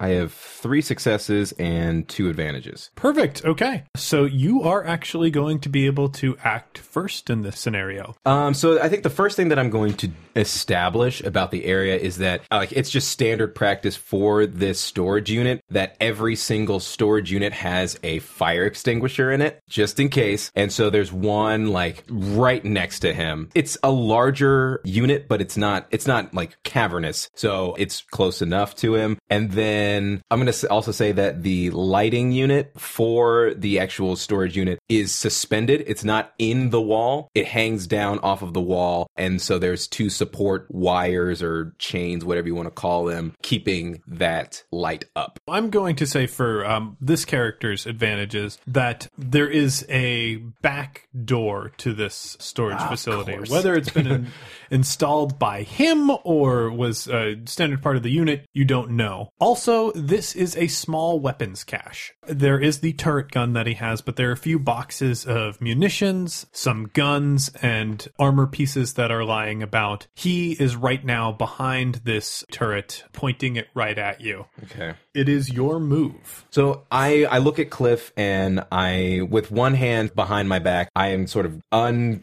Speaker 3: I have three successes and two advantages.
Speaker 5: Perfect. Okay. So you are actually going to be able to act first in this scenario.
Speaker 3: Um, so I think the first thing that I'm going to establish about the area is that uh, like it's just standard practice for this storage unit that every single storage unit has a fire extinguisher in it just in case. And so there's one like right next to him. It's a larger unit, but it's not it's not like cavernous, so it's close enough to him. And then I'm going to also say that the lighting unit for the actual storage unit is suspended. It's not in the wall. It hangs down off of the wall. And so there's two support wires or chains, whatever you want to call them, keeping that light up.
Speaker 5: I'm going to say for um, this character's advantages that there is a back door to this storage facility.
Speaker 3: course.
Speaker 5: Whether it's been in, installed by him or was a standard part of the unit, you don't know. Also, this is a small weapons cache. There is the turret gun that he has, but there are a few boxes of munitions, some guns, and armor pieces that are lying about. He is right now behind this turret, pointing it right at you.
Speaker 3: Okay.
Speaker 5: It is your move.
Speaker 3: So I, I look at Cliff and I, with one hand behind my back, I am sort of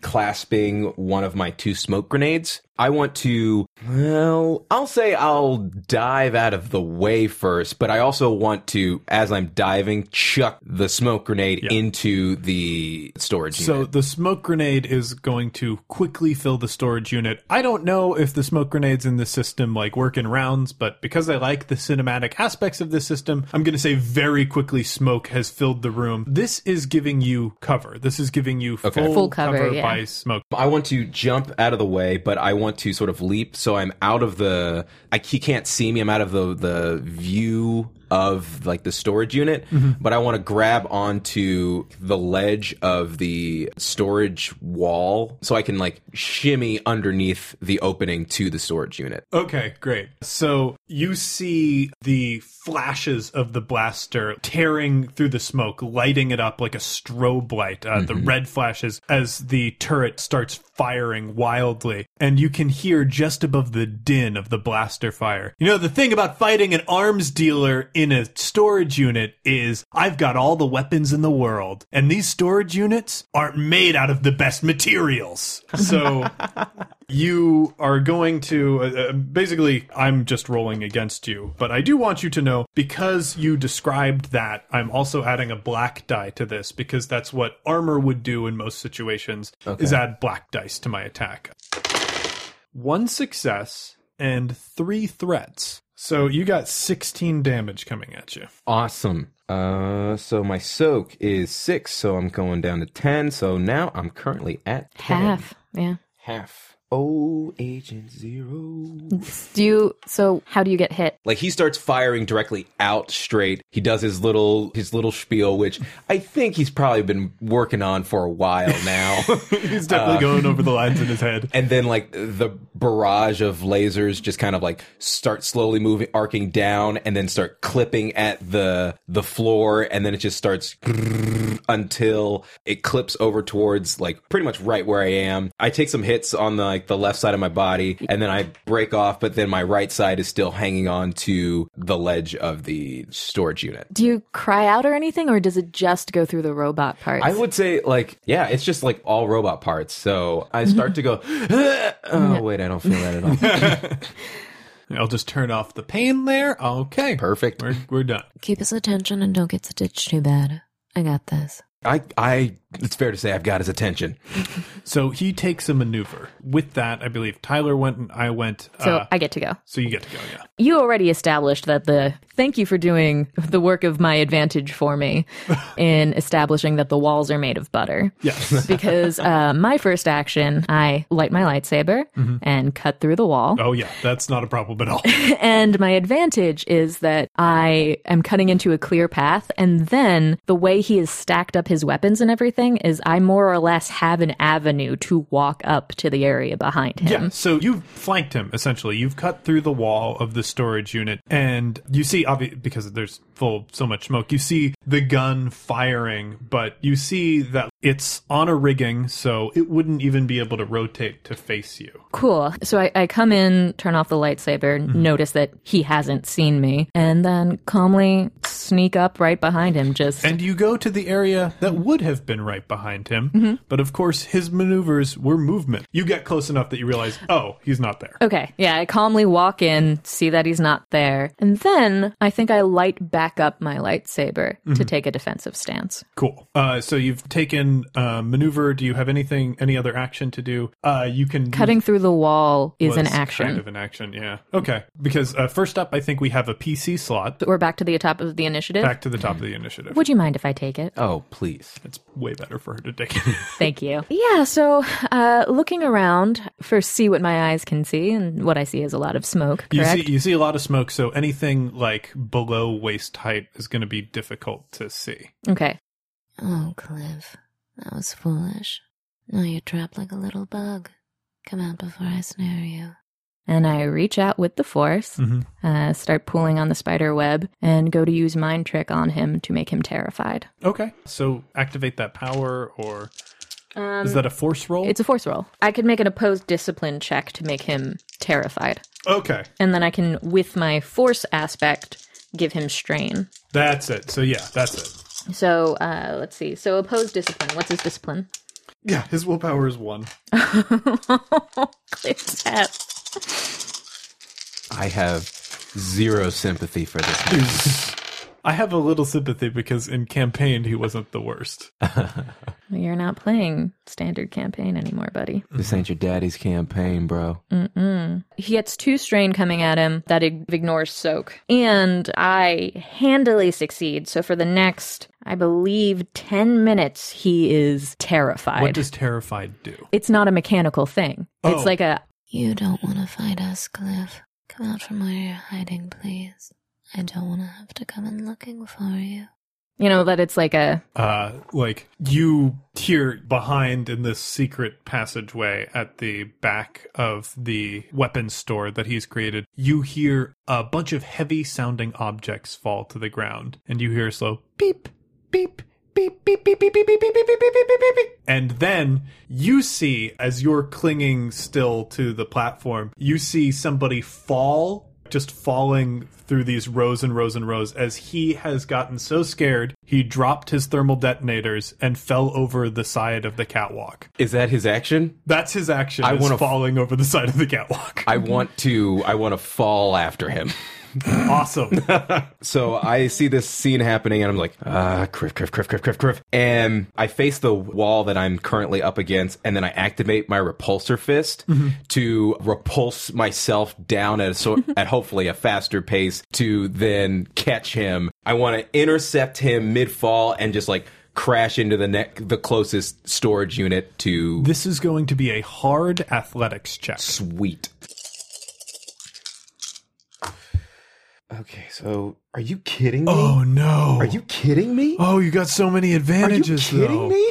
Speaker 3: unclasping one of my two smoke grenades. I want to, well, I'll say I'll dive out of the way first, but I also want to, as I'm diving, chuck the smoke grenade into the storage
Speaker 5: So
Speaker 3: unit.
Speaker 5: the smoke grenade is going to quickly fill the storage unit. I don't know if the smoke grenades in this system like work in rounds, but because I like the cinematic aspects of this system, I'm going to say very quickly smoke has filled the room. This is giving you cover. This is giving you full,
Speaker 4: Full
Speaker 5: cover,
Speaker 4: cover, yeah.
Speaker 5: by smoke.
Speaker 3: I want to jump out of the way, but I want to sort of leap so I'm out of the. I, he can't see me. I'm out of the the view of like the storage unit, but I want to grab onto the ledge of the storage wall so I can like shimmy underneath the opening to the storage unit.
Speaker 5: Okay, great. So you see the flashes of the blaster tearing through the smoke, lighting it up like a strobe light. Uh, The red flashes as the turret starts firing wildly, and you can hear just above the din of the blaster fire. You know, the thing about fighting an arms dealer in a storage unit is I've got all the weapons in the world, and these storage units aren't made out of the best materials. So you are going to uh, uh, basically i'm just rolling against you but i do want you to know because you described that i'm also adding a black die to this because that's what armor would do in most situations is add black dice to my attack one success and three threats so you got 16 damage coming at you
Speaker 3: Awesome. Uh, so my soak is six, so I'm going down to ten. So now I'm currently at 10.
Speaker 4: Half. Yeah.
Speaker 3: Half. Oh, Agent Zero.
Speaker 4: Do you? So how do you get hit?
Speaker 3: Like he starts firing directly out straight. He does his little his little spiel, which I think he's probably been working on for a while now.
Speaker 5: he's definitely going over the lines in his head
Speaker 3: and then like the barrage of lasers just kind of like start slowly moving, arcing down, and then start clipping at the the floor, and then it just starts until it clips over towards like pretty much right where I am. I take some hits on the like the left side of my body and then I break off, but then my right side is still hanging on to the ledge of the storage unit.
Speaker 4: Do you cry out or anything, or does it just go through the robot parts?
Speaker 3: I would say like yeah, it's just like all robot parts. So I start to go oh wait, I don't feel that at all.
Speaker 5: i'll just turn off the pain there okay
Speaker 3: Perfect.
Speaker 5: we're, we're done
Speaker 1: Keep his attention and don't get stitched too bad. I got this.
Speaker 3: I I It's fair to say I've got his attention.
Speaker 5: So he takes a maneuver. With that, I believe Tyler went and I went. So,
Speaker 4: So
Speaker 5: uh,
Speaker 4: I get to go.
Speaker 5: so you get to go, yeah.
Speaker 4: You already established that the thank you for doing the work of my advantage for me in establishing that the walls are made of butter.
Speaker 5: Yes.
Speaker 4: because uh, my first action, I light my lightsaber and cut through the wall.
Speaker 5: Mm-hmm. Oh, yeah. That's not a problem at all.
Speaker 4: And my advantage is that I am cutting into a clear path. And then the way he has stacked up his weapons and everything is I more or less have an avenue to walk up to the area behind him.
Speaker 5: Yeah, so you've flanked him essentially. You've cut through the wall of the storage unit, and you see, obvi- because there's full so much smoke, you see the gun firing, but you see that it's on a rigging, so it wouldn't even be able to rotate to face you.
Speaker 4: Cool. So I, I come in, turn off the lightsaber,
Speaker 5: Mm-hmm.
Speaker 4: notice that he hasn't seen me, and then calmly sneak up right behind him. Just
Speaker 5: And you go to the area that would have been right behind him,
Speaker 4: Mm-hmm.
Speaker 5: but of course his maneuvers were movement. You get close enough that you realize, oh, he's not there.
Speaker 4: okay, yeah. I calmly walk in, see that he's not there, and then I think I light back up my lightsaber
Speaker 5: Mm-hmm.
Speaker 4: to take a defensive stance.
Speaker 5: Cool. Uh, so you've taken uh, maneuver. Do you have anything, any other action to do? Uh, you can
Speaker 4: Cutting through the wall is an
Speaker 5: was
Speaker 4: action.
Speaker 5: Kind of an action, yeah. Okay. Because uh, first up, I think we have a PC slot
Speaker 4: We're back to the top of the initiative.
Speaker 5: back to the top of the initiative.
Speaker 4: Would you mind if I take it?
Speaker 3: Oh, please.
Speaker 5: It's way better for her to take it.
Speaker 4: Thank you. Yeah, so uh, looking around, first see what my eyes can see, and what I see is a lot of smoke. Correct.
Speaker 5: you see, you see a lot of smoke, so anything like below waist height is going to be difficult to see.
Speaker 4: okay.
Speaker 1: Oh, Cliff, that was foolish. Now you're trapped like a little bug. Come out before I snare you.
Speaker 4: and I reach out with the force,
Speaker 5: Mhm.
Speaker 4: uh, start pulling on the spider web, and go to use mind trick on him to make him terrified.
Speaker 5: Okay. So activate that power, or
Speaker 4: Um,
Speaker 5: is that a force roll?
Speaker 4: it's a force roll. I could make an opposed discipline check to make him terrified,
Speaker 5: okay.
Speaker 4: and then I can, with my force aspect, give him strain.
Speaker 5: That's it. So yeah, that's it.
Speaker 4: So uh, let's see. So opposed discipline. What's his discipline?
Speaker 5: Yeah, his willpower is one.
Speaker 4: Cliff's F.
Speaker 3: I have zero sympathy for this. man.
Speaker 5: I have a little sympathy because in campaign he wasn't the worst.
Speaker 4: You're not playing standard campaign anymore, buddy.
Speaker 3: This ain't your daddy's campaign, bro.
Speaker 4: He gets two strain coming at him that ig- ignores soak. And I handily succeed. So for the next, I believe, 10 minutes, he is
Speaker 5: What
Speaker 4: terrified.
Speaker 5: does terrified do?
Speaker 4: it's not a mechanical thing.
Speaker 5: Oh.
Speaker 4: It's like a,
Speaker 1: You don't want to fight us, Cliff. Come out from where you're hiding, please. I don't want to have to come in looking for you.
Speaker 4: you know, that it's like a,
Speaker 5: uh like you hear behind in this secret passageway at the back of the weapons store that he's created you hear a bunch of heavy sounding objects fall to the ground and you hear a slow beep beep beep beep beep beep beep beep beep beep beep beep beep beep beep and then you see as you're clinging still to the platform you see somebody fall just falling through these rows and rows and rows as he has gotten so scared he dropped his thermal detonators and fell over the side of the catwalk
Speaker 3: Is that his action?
Speaker 5: that's his action
Speaker 3: I
Speaker 5: is
Speaker 3: wanna f-
Speaker 5: falling over the side of the catwalk
Speaker 3: I want to. I want to fall after him.
Speaker 5: awesome
Speaker 3: So I see this scene happening, and I'm like, ah, criff, criff, criff, criff, criff, criff. And I face the wall that I'm currently up against, and then I activate my repulsor fist
Speaker 5: Mm-hmm.
Speaker 3: to repulse myself down at a sort, at hopefully a faster pace to then catch him. I want to intercept him mid fall and just like crash into the neck, the closest storage unit to
Speaker 5: this is going to be a hard athletics check
Speaker 3: sweet. Okay, so are you kidding me?
Speaker 5: oh no
Speaker 3: Are you kidding me?
Speaker 5: oh you got so many
Speaker 3: Are you
Speaker 5: advantages
Speaker 3: kidding
Speaker 5: though
Speaker 3: me?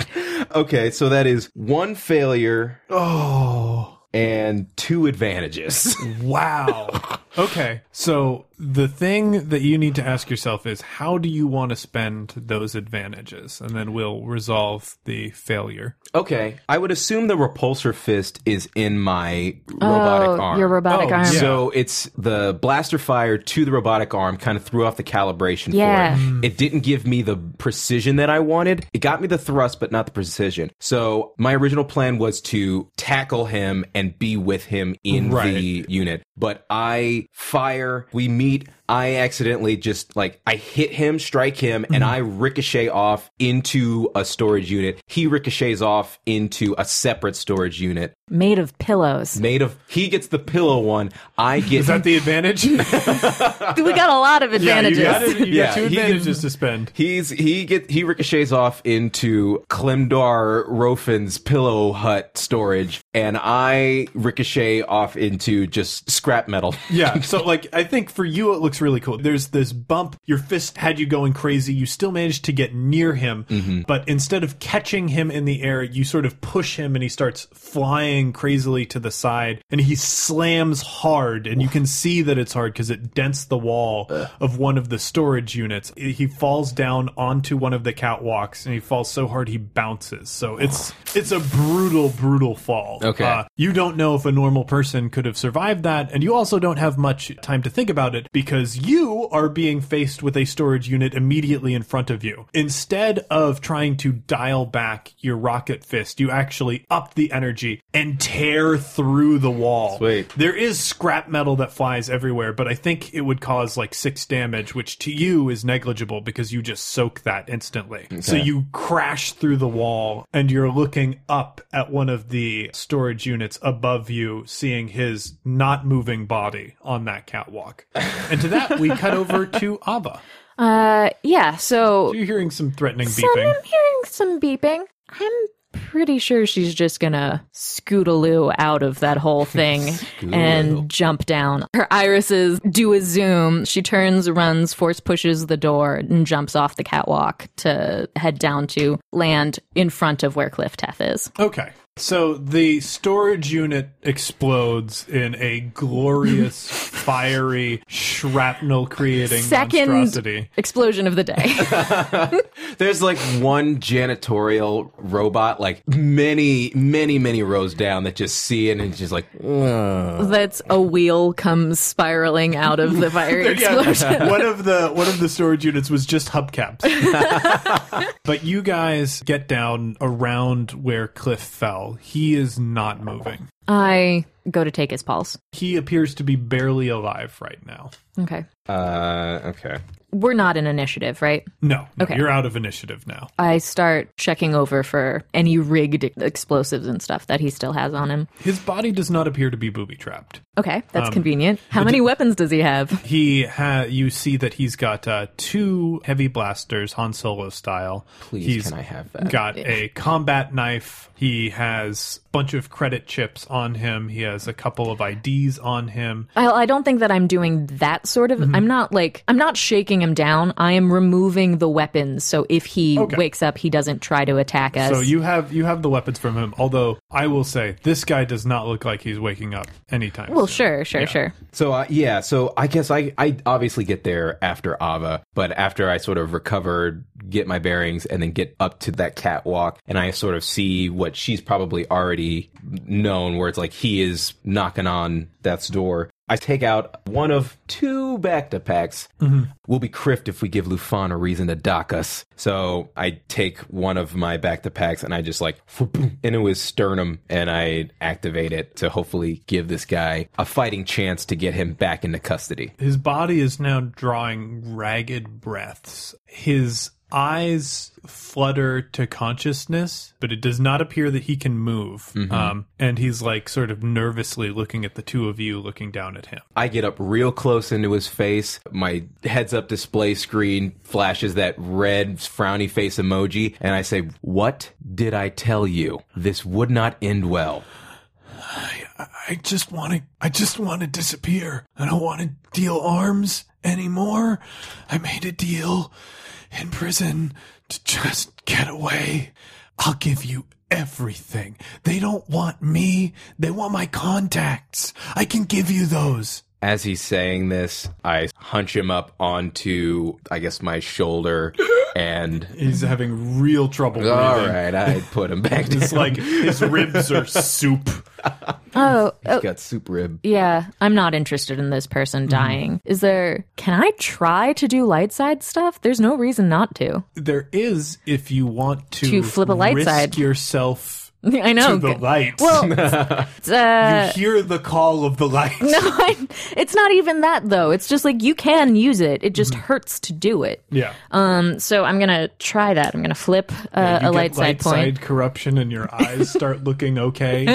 Speaker 3: okay, so that is one failure
Speaker 5: oh
Speaker 3: and two advantages.
Speaker 5: Wow. okay. So the thing that you need to ask yourself is how do you want to spend those advantages? And then we'll resolve the failure.
Speaker 3: okay, I would assume the repulsor fist is in my robotic
Speaker 4: oh,
Speaker 3: arm.
Speaker 4: your robotic
Speaker 5: Oh,
Speaker 4: arm.
Speaker 5: yeah.
Speaker 3: So it's the blaster fire to the robotic arm kind of threw off the calibration
Speaker 4: Yeah.
Speaker 3: for it. It didn't give me the precision that I wanted. It got me the thrust, but not the precision. So my original plan was to tackle him and be with him in
Speaker 5: Right.
Speaker 3: the unit. But I fire, we meet, I accidentally just like I hit him, strike him,
Speaker 5: Mm-hmm.
Speaker 3: and I ricochet off into a storage unit. He ricochets off into a separate storage unit
Speaker 4: Made of pillows.
Speaker 3: made of. He gets the pillow one. I get.
Speaker 5: Is that the advantage?
Speaker 4: we got a lot of advantages.
Speaker 5: You got, it. You got
Speaker 3: Yeah,
Speaker 5: two
Speaker 3: he can-
Speaker 5: advantages to spend.
Speaker 3: He's he get he ricochets off into Clemdar Rofin's pillow hut storage, and I ricochet off into just scrap metal.
Speaker 5: Yeah. So, like, I think for you, it looks really cool. There's this bump. Your fist had you going crazy. You still managed to get near him, but instead of catching him in the air, you sort of push him and he starts flying crazily to the side and he slams hard. And you can see that it's hard because it dents the wall of one of the storage units. He falls down onto one of the catwalks and he falls so hard he bounces. So it's it's a brutal, brutal fall.
Speaker 3: Okay.
Speaker 5: Uh, you don't know if a normal person could have survived that, and you also don't have much time to think about it because you are being faced with a storage unit immediately in front of you. Instead of trying to dial back your rocket fist, you actually up the energy and tear through the wall.
Speaker 3: Sweet.
Speaker 5: There is scrap metal that flies everywhere, but I think it would cause like six damage, which to you is negligible because you just soak that instantly. So you crash through the wall and you're looking up at one of the storage units above you, seeing his not moving body on that catwalk. And to that, we cut over to Ava.
Speaker 4: Uh, yeah. So
Speaker 5: You're hearing some threatening
Speaker 4: some,
Speaker 5: beeping.
Speaker 4: I'm hearing some beeping. I'm pretty sure she's just gonna scootaloo out of that whole thing and jump down. Her irises do a zoom. She turns, runs, force pushes the door, and jumps off the catwalk to head down to land in front of where Cliff Teth is.
Speaker 5: Okay. So the storage unit explodes in a glorious, fiery, shrapnel creating
Speaker 4: Second
Speaker 5: monstrosity.
Speaker 4: explosion of the day.
Speaker 3: There's like one janitorial robot, like many, many, many rows down that just see it and just like, "Ugh."
Speaker 4: That's a wheel comes spiraling out of the fiery explosion.
Speaker 5: Yeah, one of the one of the storage units was just hubcaps. but you guys get down around where Cliff fell. He is not moving.
Speaker 4: I go to take his pulse.
Speaker 5: He appears to be barely alive right now.
Speaker 4: Okay.
Speaker 3: uh, okay.
Speaker 4: We're not in initiative, right?
Speaker 5: No, no,
Speaker 4: Okay.
Speaker 5: you're out of initiative now.
Speaker 4: I start checking over for any rigged explosives and stuff that he still has on him.
Speaker 5: His body does not appear to be booby trapped.
Speaker 4: Okay, that's
Speaker 2: Um,
Speaker 4: convenient. How many weapons does he have?
Speaker 5: He ha- you see that he's got uh, two heavy blasters, Han Solo style.
Speaker 3: Please,
Speaker 5: he's
Speaker 3: can I have that?
Speaker 5: Got a combat knife. He has a bunch of credit chips on him. He has a couple of IDs on him.
Speaker 4: Well, I don't think that I'm doing that sort of.
Speaker 2: Mm-hmm.
Speaker 4: I'm not like I'm not shaking him down. I am removing the weapons, so if he
Speaker 5: Okay.
Speaker 4: wakes up, he doesn't try to attack us.
Speaker 5: So you have you have the weapons from him. Although I will say this guy does not look like he's waking up anytime.
Speaker 4: well,
Speaker 5: soon.
Speaker 4: sure, sure, sure.
Speaker 3: So uh, yeah, so I guess I I obviously get there after Ava, but after I sort of recover, get my bearings, and then get up to that catwalk, and I sort of see what she's probably already known, where it's like he is knocking on death's door. I take out one of two backpacks. We'll be criffed if we give Lufan a reason to dock us. So I take one of my backpacks and I just like into his sternum and I activate it to hopefully give this guy a fighting chance to get him back into custody.
Speaker 5: His body is now drawing ragged breaths. His eyes flutter to consciousness, but it does not appear that he can move. Um, and he's like sort of nervously looking at the two of you, looking down at him.
Speaker 3: I get up real close into his face. My heads up display screen flashes that red frowny face emoji and I say, What did I tell you? This would not end well.
Speaker 5: I just want to. I just want to disappear. I don't want to deal arms anymore. I made a deal in prison to just get away. I'll give you everything. They don't want me. They want my contacts. I can give you those.
Speaker 3: As he's saying this, I hunch him up onto, I guess, my shoulder, and
Speaker 5: He's having real trouble breathing.
Speaker 3: all right, I put him back. Down.
Speaker 5: It's like his ribs are soup.
Speaker 4: Oh,
Speaker 3: he's got soup rib.
Speaker 4: Yeah, I'm not interested in this
Speaker 2: Mm-hmm.
Speaker 4: person dying. Is there, can I try to do light side stuff? There's no reason not to.
Speaker 5: There is, if you want to,
Speaker 4: To flip a light
Speaker 5: risk
Speaker 4: side.
Speaker 5: yourself
Speaker 4: I know.
Speaker 2: to the light.
Speaker 4: Well, it's, uh,
Speaker 2: you hear the call of the light.
Speaker 4: no, I, it's not even that though. It's just like you can use it. It just hurts to do it.
Speaker 5: Hmm. Yeah.
Speaker 4: Um, so I'm gonna try that. I'm gonna flip uh,
Speaker 5: You
Speaker 4: a
Speaker 5: get
Speaker 4: light side point.
Speaker 5: side corruption, and your eyes start looking okay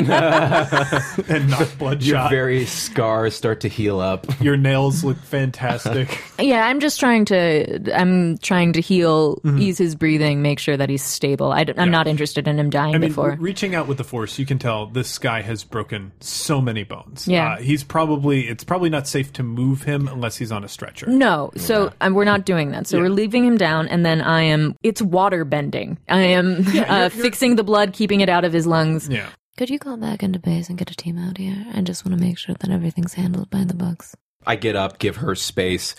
Speaker 5: and not
Speaker 3: Your
Speaker 5: bloodshot.
Speaker 3: very scars start to heal up.
Speaker 5: your nails look fantastic.
Speaker 4: Yeah, I'm just trying to. I'm trying to heal,
Speaker 5: Mm-hmm.
Speaker 4: ease his breathing, make sure that he's stable. I am not interested in him dying
Speaker 5: I mean,
Speaker 4: before.
Speaker 5: re- reaching out with the force, you can tell this guy has broken so many bones.
Speaker 4: Yeah.
Speaker 5: Uh, he's probably it's probably not safe to move him unless he's on a stretcher.
Speaker 4: no, so um, we're not doing that. So we're leaving him down, and then I am. It's water bending. I am uh, fixing the blood, keeping it out of his lungs.
Speaker 5: Yeah.
Speaker 1: Could you call back into base and get a team out here? I just want to make sure that everything's handled by the books.
Speaker 3: I get up, give her space.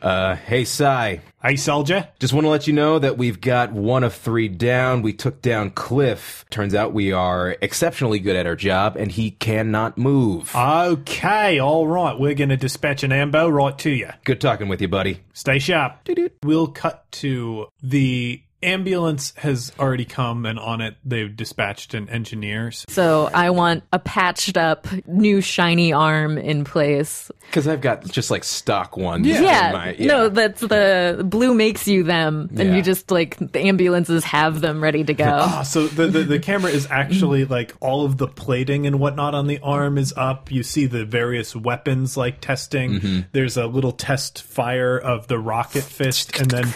Speaker 3: Uh, hey, Sai.
Speaker 5: Hey, soldier.
Speaker 3: Just want to let you know that we've got one of three down. We took down Cliff. Turns out we are exceptionally good at our job, and he cannot move.
Speaker 5: Uh, Okay, all right. We're gonna dispatch an ambo right to you.
Speaker 3: good talking with you, buddy.
Speaker 5: Stay sharp. We'll cut to the ambulance has already come, and on it they've dispatched an engineer. So
Speaker 4: So I want a patched up, new shiny arm in place.
Speaker 3: Because I've got just like stock ones. in
Speaker 4: Yeah,
Speaker 3: my-
Speaker 4: no, that's the blue makes you them, and
Speaker 3: Yeah.
Speaker 4: you just like the ambulances have them ready to go.
Speaker 5: Ah, so the, the the camera is actually like all of the plating and whatnot on the arm is up. You see the various weapons like testing. There's a little test fire of the rocket fist, and then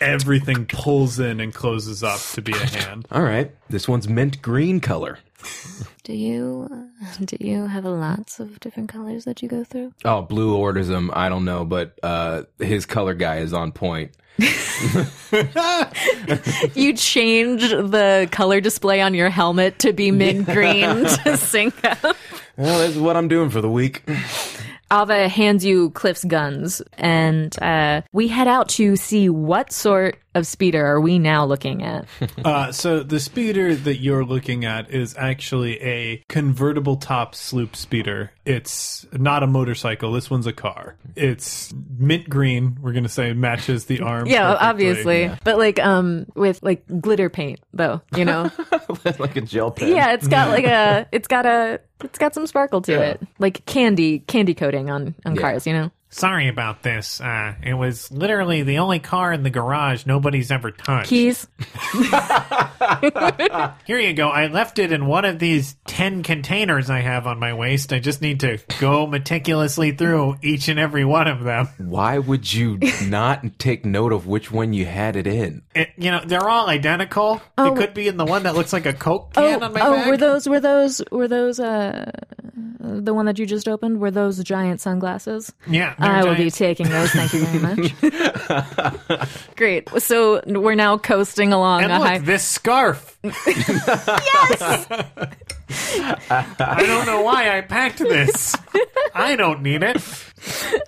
Speaker 5: everything pulls in and closes up to be a hand.
Speaker 3: All right. This one's mint green color.
Speaker 1: Do you do you have lots of different colors that you go through?
Speaker 3: Oh, Blue orders him. I don't know, but uh, his color guy is on point.
Speaker 4: you change the color display on your helmet to be mint green to sync up.
Speaker 3: Well, this is what I'm doing for the week.
Speaker 4: Ava hands you Cliff's guns, and uh, we head out to see what sort of speeder are we now looking at.
Speaker 5: Uh, so the speeder that you're looking at is actually a convertible top sloop speeder. It's not a motorcycle. This one's a car. It's mint green. We're gonna say matches the arm.
Speaker 4: Yeah,
Speaker 5: perfectly.
Speaker 4: obviously, but like um with like glitter paint though, you know.
Speaker 3: like a gel pen.
Speaker 4: yeah, it's got like a it's got a it's got some sparkle to it, like candy candy coating on on cars, you know.
Speaker 6: Sorry about this. Uh, it was literally the only car in the garage nobody's ever touched.
Speaker 4: Keys.
Speaker 6: Here you go. I left it in one of these 10 containers I have on my waist. I just need to go meticulously through each and every one of them.
Speaker 3: Why would you not take note of which one you had it in?
Speaker 6: It, you know, they're all identical. it could be in the one that looks like a Coke can on my
Speaker 4: oh,
Speaker 6: back.
Speaker 4: were those were those were those uh the one that you just opened? Were those giant sunglasses?
Speaker 6: yeah. they're
Speaker 4: I will be
Speaker 6: giant.
Speaker 4: taking those. Thank you very much. Great. So we're now coasting along
Speaker 6: and
Speaker 4: a
Speaker 6: look,
Speaker 4: high.
Speaker 6: this scarf. I don't know why I packed this. I don't need it.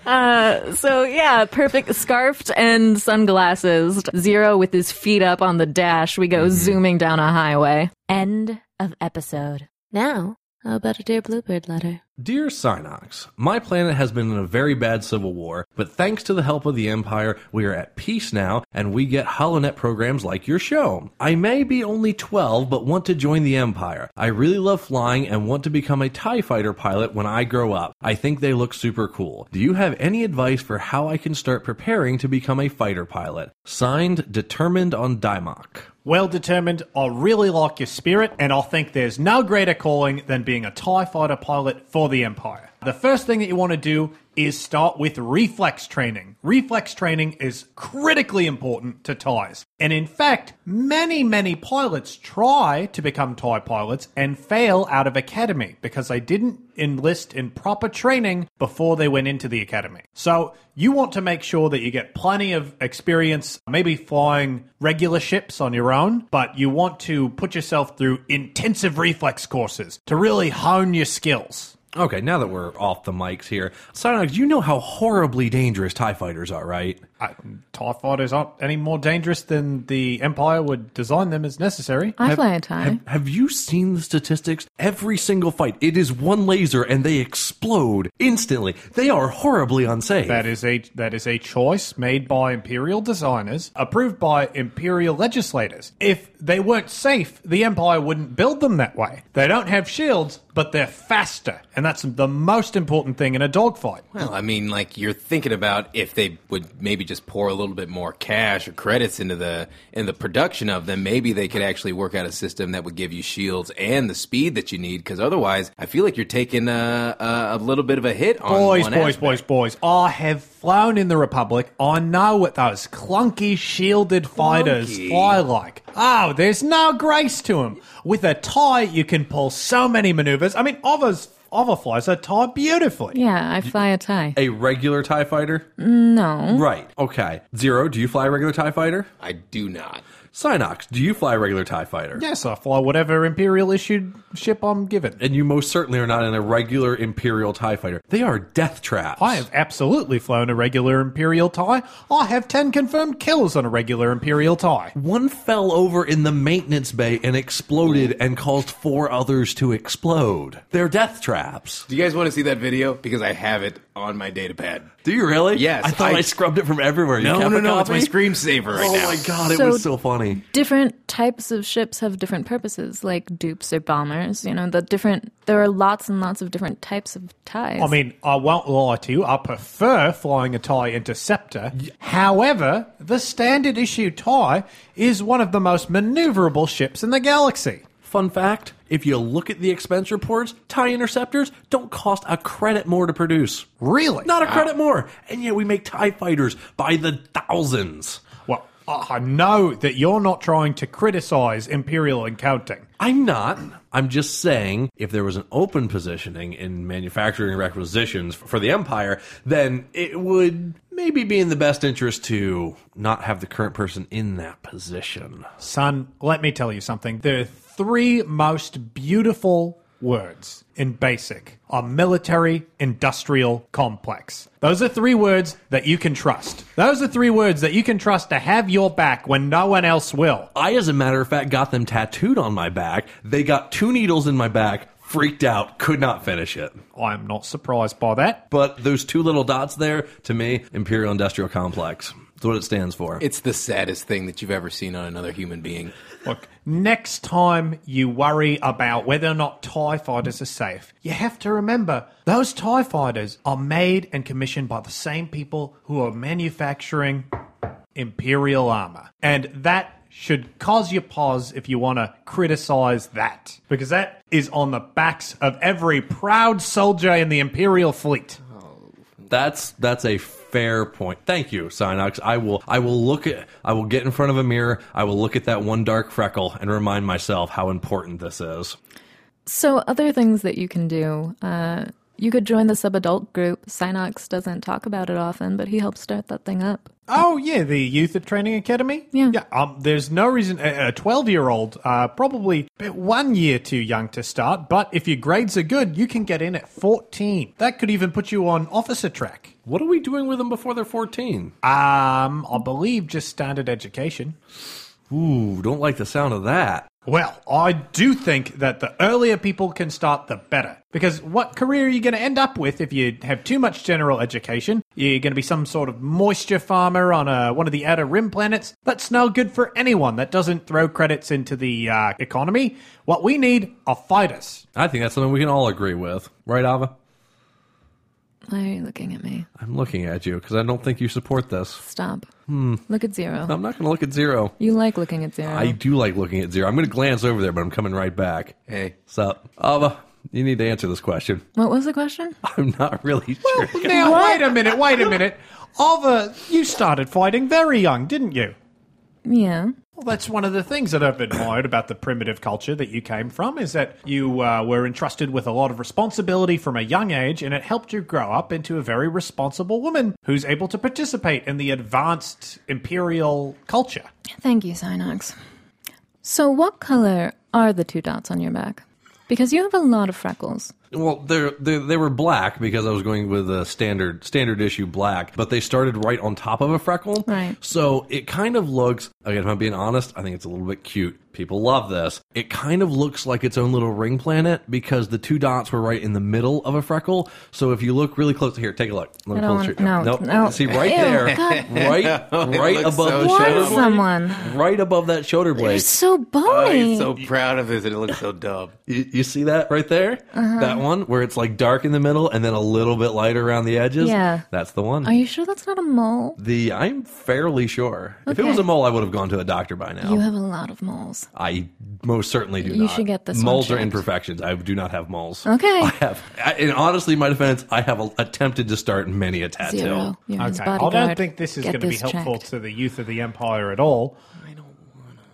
Speaker 4: uh, So yeah, perfect scarfed and sunglasses. Zero with his feet up on the dash. We
Speaker 6: Mm-hmm.
Speaker 4: go zooming down a highway.
Speaker 1: End of episode. Now, how about a dear bluebird letter?
Speaker 7: Dear Sinox, my planet has been in a very bad civil war, but thanks to the help of the Empire, we are at peace now, and we get Holonet programs like your show. I may be only 12, but want to join the Empire. I really love flying and want to become a TIE fighter pilot when I grow up. I think they look super cool. Do you have any advice for how I can start preparing to become a fighter pilot? Signed, Determined on Dymock.
Speaker 2: Well determined, I really like your spirit, and I think there's no greater calling than being a TIE
Speaker 5: E
Speaker 2: fighter pilot for the Empire. The first thing that you want to do is start with reflex training. Reflex training is critically important to TIEs. And in fact, many, many pilots try to become TIE pilots and fail out of academy because they didn't enlist in proper training before they went into the academy. So you want to make sure that you get plenty of experience, maybe flying regular ships on your own, but you want to put yourself through intensive reflex courses to really hone your skills.
Speaker 7: Okay, now that we're off the mics here, Cynox, you know how horribly dangerous TIE fighters are, right?
Speaker 2: Uh,
Speaker 5: I, TIE fighters aren't any more dangerous than the Empire would design them as necessary.
Speaker 1: I fly a tie.
Speaker 7: Have, have you seen the statistics? Every single fight, it is one laser and they explode instantly. They are horribly unsafe.
Speaker 5: That is a that is a choice made by imperial designers, approved by imperial legislators. If they weren't safe, the empire wouldn't build them that way. They don't have shields, but they're faster, and that's the most important thing in a dogfight.
Speaker 3: Well, I mean, like you're thinking about if they would maybe just pour a little bit more cash or credits into the in the production of them, maybe they could actually work out a system that would give you shields and the speed that you need. Because otherwise, I feel like you're taking a, a, a little bit of a hit on
Speaker 5: Boys,
Speaker 3: one
Speaker 5: boys,
Speaker 3: aspect.
Speaker 5: boys, boys! I have flown in the Republic. I know what those clunky shielded fighters
Speaker 3: Clunky.
Speaker 5: fly like. Oh, there's no grace to them. With a tie, you can pull so many maneuvers. I mean, Ava's Ava flies a tie E beautifully.
Speaker 1: yeah, I fly a tie.
Speaker 7: a regular TIE fighter?
Speaker 1: No.
Speaker 7: Right. Okay. Zero, do you fly a regular TIE fighter?
Speaker 3: I do not.
Speaker 7: Cynox, do you fly a regular TIE fighter?
Speaker 5: Yes, I fly whatever Imperial issued ship I'm given.
Speaker 7: And you most certainly are not in a regular Imperial TIE fighter. They are death traps.
Speaker 5: I have absolutely flown a regular Imperial tie. I have 10 confirmed kills on a regular Imperial tie.
Speaker 7: One fell over in the maintenance bay and exploded and caused four others to explode. They're death traps.
Speaker 3: Do you guys want to see that video? Because I have it on my data pad.
Speaker 7: Do you really?
Speaker 3: Yes,
Speaker 7: I thought I,
Speaker 3: I-
Speaker 7: scrubbed it from everywhere. You kept a
Speaker 3: It's my
Speaker 7: copy?
Speaker 3: screensaver right
Speaker 7: Oh
Speaker 3: now.
Speaker 7: my god, it
Speaker 1: So-
Speaker 7: was so funny.
Speaker 1: Different types of ships have different purposes, like dupes or bombers. You know, the different. There are lots and lots of different types of ties.
Speaker 5: I mean, I won't lie to you. I prefer flying a tie interceptor. However, the standard issue tie is one of the most maneuverable ships in the galaxy.
Speaker 7: Fun fact if you look at the expense reports, TIE interceptors don't cost a credit more to produce.
Speaker 5: Really?
Speaker 7: Not a credit more. And yet we make TIE fighters by the thousands.
Speaker 5: Well, I I know that you're not trying to criticize Imperial and counting.
Speaker 7: I'm not. I'm just saying if there was an open positioning in manufacturing requisitions for the Empire, then it would maybe be in the best interest to not have the current person in that position.
Speaker 5: Son, let me tell you something. There are three most beautiful words in basic a military industrial complex. Those are three words that you can trust. Those are three words that you can trust to have your back when no one else will.
Speaker 7: I, as a matter of fact, got them tattooed on my back. They got two needles in my back, freaked out, could not finish it.
Speaker 5: I'm not surprised by that.
Speaker 7: But those two little dots there, to me, Imperial Industrial Complex. That's what it stands for.
Speaker 3: It's the saddest thing that you've ever seen on another human being.
Speaker 5: Look, next time you worry about whether or not TIE fighters are safe, you have to remember those TIE fighters are made and commissioned by the same people who are manufacturing Imperial armor. And that should cause you pause if you want to criticize that. Because that is on the backs of every proud soldier in the Imperial fleet.
Speaker 7: That's that's a fair point. Thank you, Sinox. I will I will look at I will get in front of a mirror. I will look at that one dark freckle and remind myself how important this is.
Speaker 1: So, other things that you can do. Uh, you could join the subadult group. Synox doesn't talk about it often, but he helped start that thing up.
Speaker 5: Oh yeah, the youth at training academy.
Speaker 1: Yeah.
Speaker 5: yeah. Um, there's no reason a a twelve-year-old, uh, probably about one year too young to start. But if your grades are good, you can get in at fourteen. That could even put you on officer track.
Speaker 7: What are we doing with them before they're 14?
Speaker 5: Um, I believe just standard education.
Speaker 7: Ooh, don't like the sound of that.
Speaker 5: Well, I do think that the earlier people can start, the better. Because what career are you going to end up with if you have too much general education? You're going to be some sort of moisture farmer on uh one of the outer rim planets. That's no good for anyone that doesn't throw credits into the uh, economy. What we need are fighters.
Speaker 7: I think that's something we can all agree with. Right, Ava?
Speaker 1: Why are you looking at me?
Speaker 7: I'm looking at you because I don't think you support this.
Speaker 1: Stop.
Speaker 7: Hmm.
Speaker 1: Look at zero.
Speaker 7: I'm not going to look at zero.
Speaker 1: You like looking at zero.
Speaker 7: Um, I do like looking at zero. I'm going to glance over there, but I'm coming right back.
Speaker 3: Hey.
Speaker 7: Sup? Ava, you need to answer this question.
Speaker 1: What was the question?
Speaker 7: I'm not really sure.
Speaker 5: Now, wait a minute, wait a minute. Alva, you started fighting very young, didn't you?
Speaker 1: Yeah.
Speaker 5: Well, that's one of the things that I've admired about the primitive culture that you came from is that you uh, were entrusted with a lot of responsibility from a young age, and it helped you grow up into a very responsible woman who's able to participate in the advanced imperial culture.
Speaker 1: Thank you, Synox. So, what color are the two dots on your back? Because you have a lot of freckles.
Speaker 7: Well, they're, they they were black because I was going with a standard standard issue black, but they started right on top of a freckle.
Speaker 4: Right.
Speaker 7: So it kind of looks. Again, if I'm being honest, I think it's a little bit cute. People love this. It kind of looks like its own little ring planet because the two dots were right in the middle of a freckle. So if you look really close, here, take a look. Look
Speaker 4: I don't
Speaker 7: closer.
Speaker 4: want- no,
Speaker 7: Nope.
Speaker 4: no.
Speaker 7: See right
Speaker 4: Ew,
Speaker 7: there,
Speaker 4: God.
Speaker 7: right, right
Speaker 3: looks
Speaker 7: above
Speaker 3: so
Speaker 7: the
Speaker 3: Warn
Speaker 7: shoulder
Speaker 4: Warn
Speaker 7: blade.
Speaker 4: someone.
Speaker 7: Right above that shoulder
Speaker 4: You're
Speaker 7: blade.
Speaker 4: so
Speaker 3: Oh,
Speaker 4: bony.
Speaker 3: he's so proud of this, and it looks so dumb.
Speaker 7: You, you see that right there?
Speaker 4: Uh-huh.
Speaker 7: That one where it's like dark in the middle and then a little bit lighter around the edges?
Speaker 4: Yeah.
Speaker 7: That's the one.
Speaker 4: Are you sure that's not a mole?
Speaker 7: the I'm fairly sure. If it
Speaker 4: Okay.
Speaker 7: was a mole, I would have gone to a doctor by now.
Speaker 4: You have a lot of moles.
Speaker 7: I most certainly do
Speaker 4: You
Speaker 7: not.
Speaker 4: should get this one
Speaker 7: Moles are
Speaker 4: checked.
Speaker 7: imperfections. I do not have moles.
Speaker 4: Okay.
Speaker 7: I have, I, and honestly, in my defense, I have a, attempted to start many a tattoo.
Speaker 4: Zero. You're his
Speaker 5: Okay. I
Speaker 4: bodyguard.
Speaker 5: don't think this is
Speaker 4: Get
Speaker 5: going to be helpful
Speaker 4: checked.
Speaker 5: to the youth of the empire at all. I don't want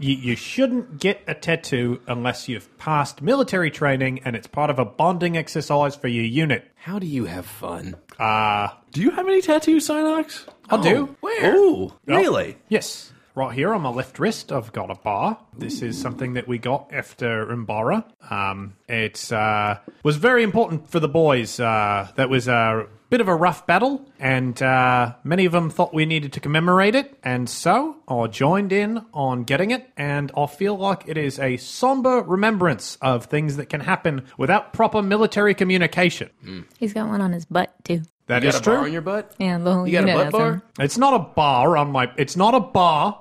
Speaker 5: to. You, you shouldn't get a tattoo unless you've passed military training and it's part of a bonding exercise for your unit.
Speaker 3: How do you have fun?
Speaker 7: Do you have any tattoos, Sinox?
Speaker 5: I'll
Speaker 4: Oh.
Speaker 5: do.
Speaker 7: Where? Ooh, really?
Speaker 5: Yes. Right here on my left wrist, I've got a bar. This is something that we got after Umbara. Um, it uh, was very important for the boys. Uh, that was a bit of a rough battle, and uh, many of them thought we needed to commemorate it, and so I joined in on getting it, and I feel like it is a somber remembrance of things that can happen without proper military communication.
Speaker 4: He's got one on his butt too.
Speaker 5: That
Speaker 3: You
Speaker 5: is
Speaker 3: got a
Speaker 5: true.
Speaker 3: bar on your butt?
Speaker 4: Yeah, the whole
Speaker 3: You got a
Speaker 4: unit
Speaker 3: butt
Speaker 4: has
Speaker 3: bar?
Speaker 4: them.
Speaker 5: It's not a bar on my. It's not a bar.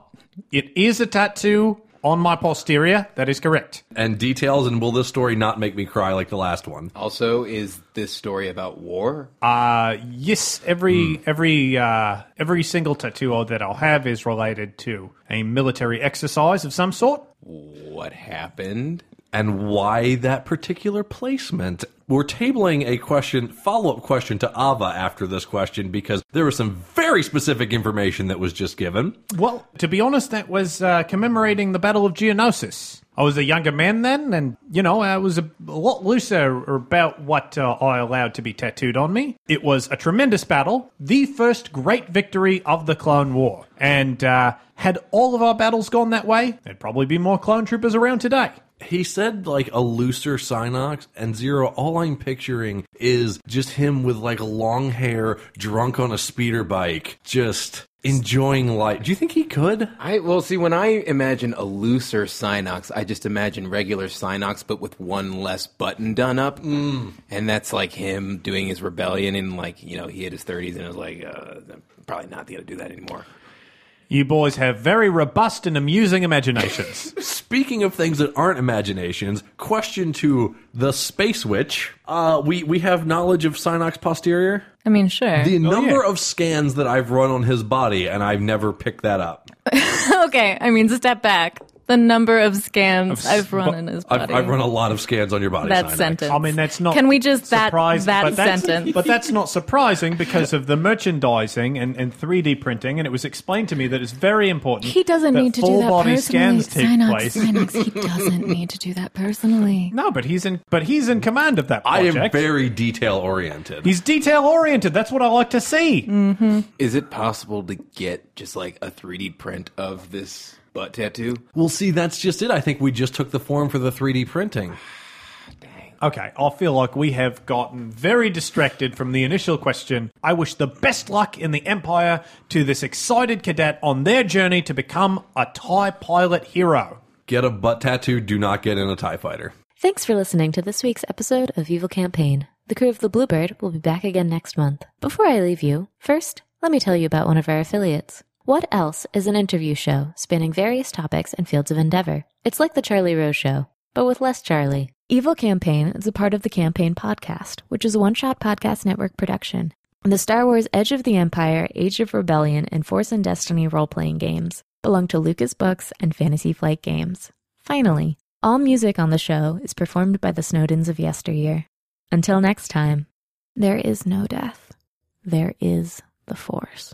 Speaker 5: It is a tattoo on my posterior. That is correct.
Speaker 7: And details, and will this story not make me cry like the last one?
Speaker 3: Also, is this story about war?
Speaker 5: Uh, yes, every every uh, every single tattoo that I'll have is related to a military exercise of some sort.
Speaker 3: What happened?
Speaker 7: and why that particular placement. We're tabling a question, follow up question to Ava after this question because there was some very specific information that was just given.
Speaker 5: Well, to be honest, that was uh, commemorating the Battle of Geonosis. I was a younger man then, and you know I was a, a lot looser about what uh, I allowed to be tattooed on me. It was a tremendous battle, the first great victory of the Clone War, and uh, had all of our battles gone that way, there'd probably be more clone troopers around today.
Speaker 7: He said like a looser Sinox and Zero. All I'm picturing is just him with like long hair, drunk on a speeder bike, just enjoying life. Do you think he could?
Speaker 3: I well see when I imagine a looser Sinox, I just imagine regular Sinox, but with one less button done up, mm. and that's like him doing his rebellion and like you know he hit his thirties and was like, uh, I'm probably not gonna do that anymore.
Speaker 5: You boys have very robust and amusing imaginations.
Speaker 7: Speaking of things that aren't imaginations, question to the Space Witch. Uh, we we have knowledge of Sinox posterior.
Speaker 4: I mean, sure.
Speaker 7: The number of scans that I've run on his body, and I've never picked that up.
Speaker 4: okay, I mean, step back. The number of scans I've, run in his
Speaker 7: I've,
Speaker 4: body.
Speaker 7: I've run a lot of scans on your body.
Speaker 4: that
Speaker 7: Sinex.
Speaker 4: sentence.
Speaker 5: I mean, that's not.
Speaker 4: Can we just that
Speaker 5: surprise-
Speaker 4: that
Speaker 5: but that's-
Speaker 4: sentence?
Speaker 5: But that's not surprising because of the merchandising and, and 3D printing, and it was explained to me that it's very important.
Speaker 4: he doesn't
Speaker 5: that
Speaker 4: need to do
Speaker 5: full
Speaker 4: that
Speaker 5: body
Speaker 4: personally.
Speaker 5: scans take
Speaker 4: Sinox,
Speaker 5: place.
Speaker 4: Sinox, he doesn't need to do that personally.
Speaker 5: No, but he's in. But he's in command of that
Speaker 7: I
Speaker 5: project.
Speaker 7: am very detail oriented.
Speaker 5: he's detail oriented. That's what I like to see.
Speaker 4: Mm.
Speaker 3: Is it possible to get just like a 3D print of this butt tattoo?
Speaker 7: Well, see, that's just it. I think we just took the form for the 3D printing.
Speaker 5: Okay, I feel like we have gotten very distracted from the initial question. I wish the best luck in the Empire to this excited cadet on their journey to become a TIE pilot hero.
Speaker 7: Get a butt tattoo. Do not get in a Tie Fighter.
Speaker 1: Thanks for listening to this week's episode of Evil Campaign. The crew of the Bluebird will be back again next month. Before I leave you, first, let me tell you about one of our affiliates. What Else is an interview show spanning various topics and fields of endeavor. It's like The Charlie Rose Show, but with less Charlie. Evil Campaign is a part of the Campaign Podcast, which is a one shot podcast network production. The Star Wars Edge of the Empire, Age of Rebellion, and Force and Destiny role playing games belong to Lucas Books and Fantasy Flight Games. Finally, all music on the show is performed by the Snowdens of yesteryear. Until next time, there is no death, there is the Force.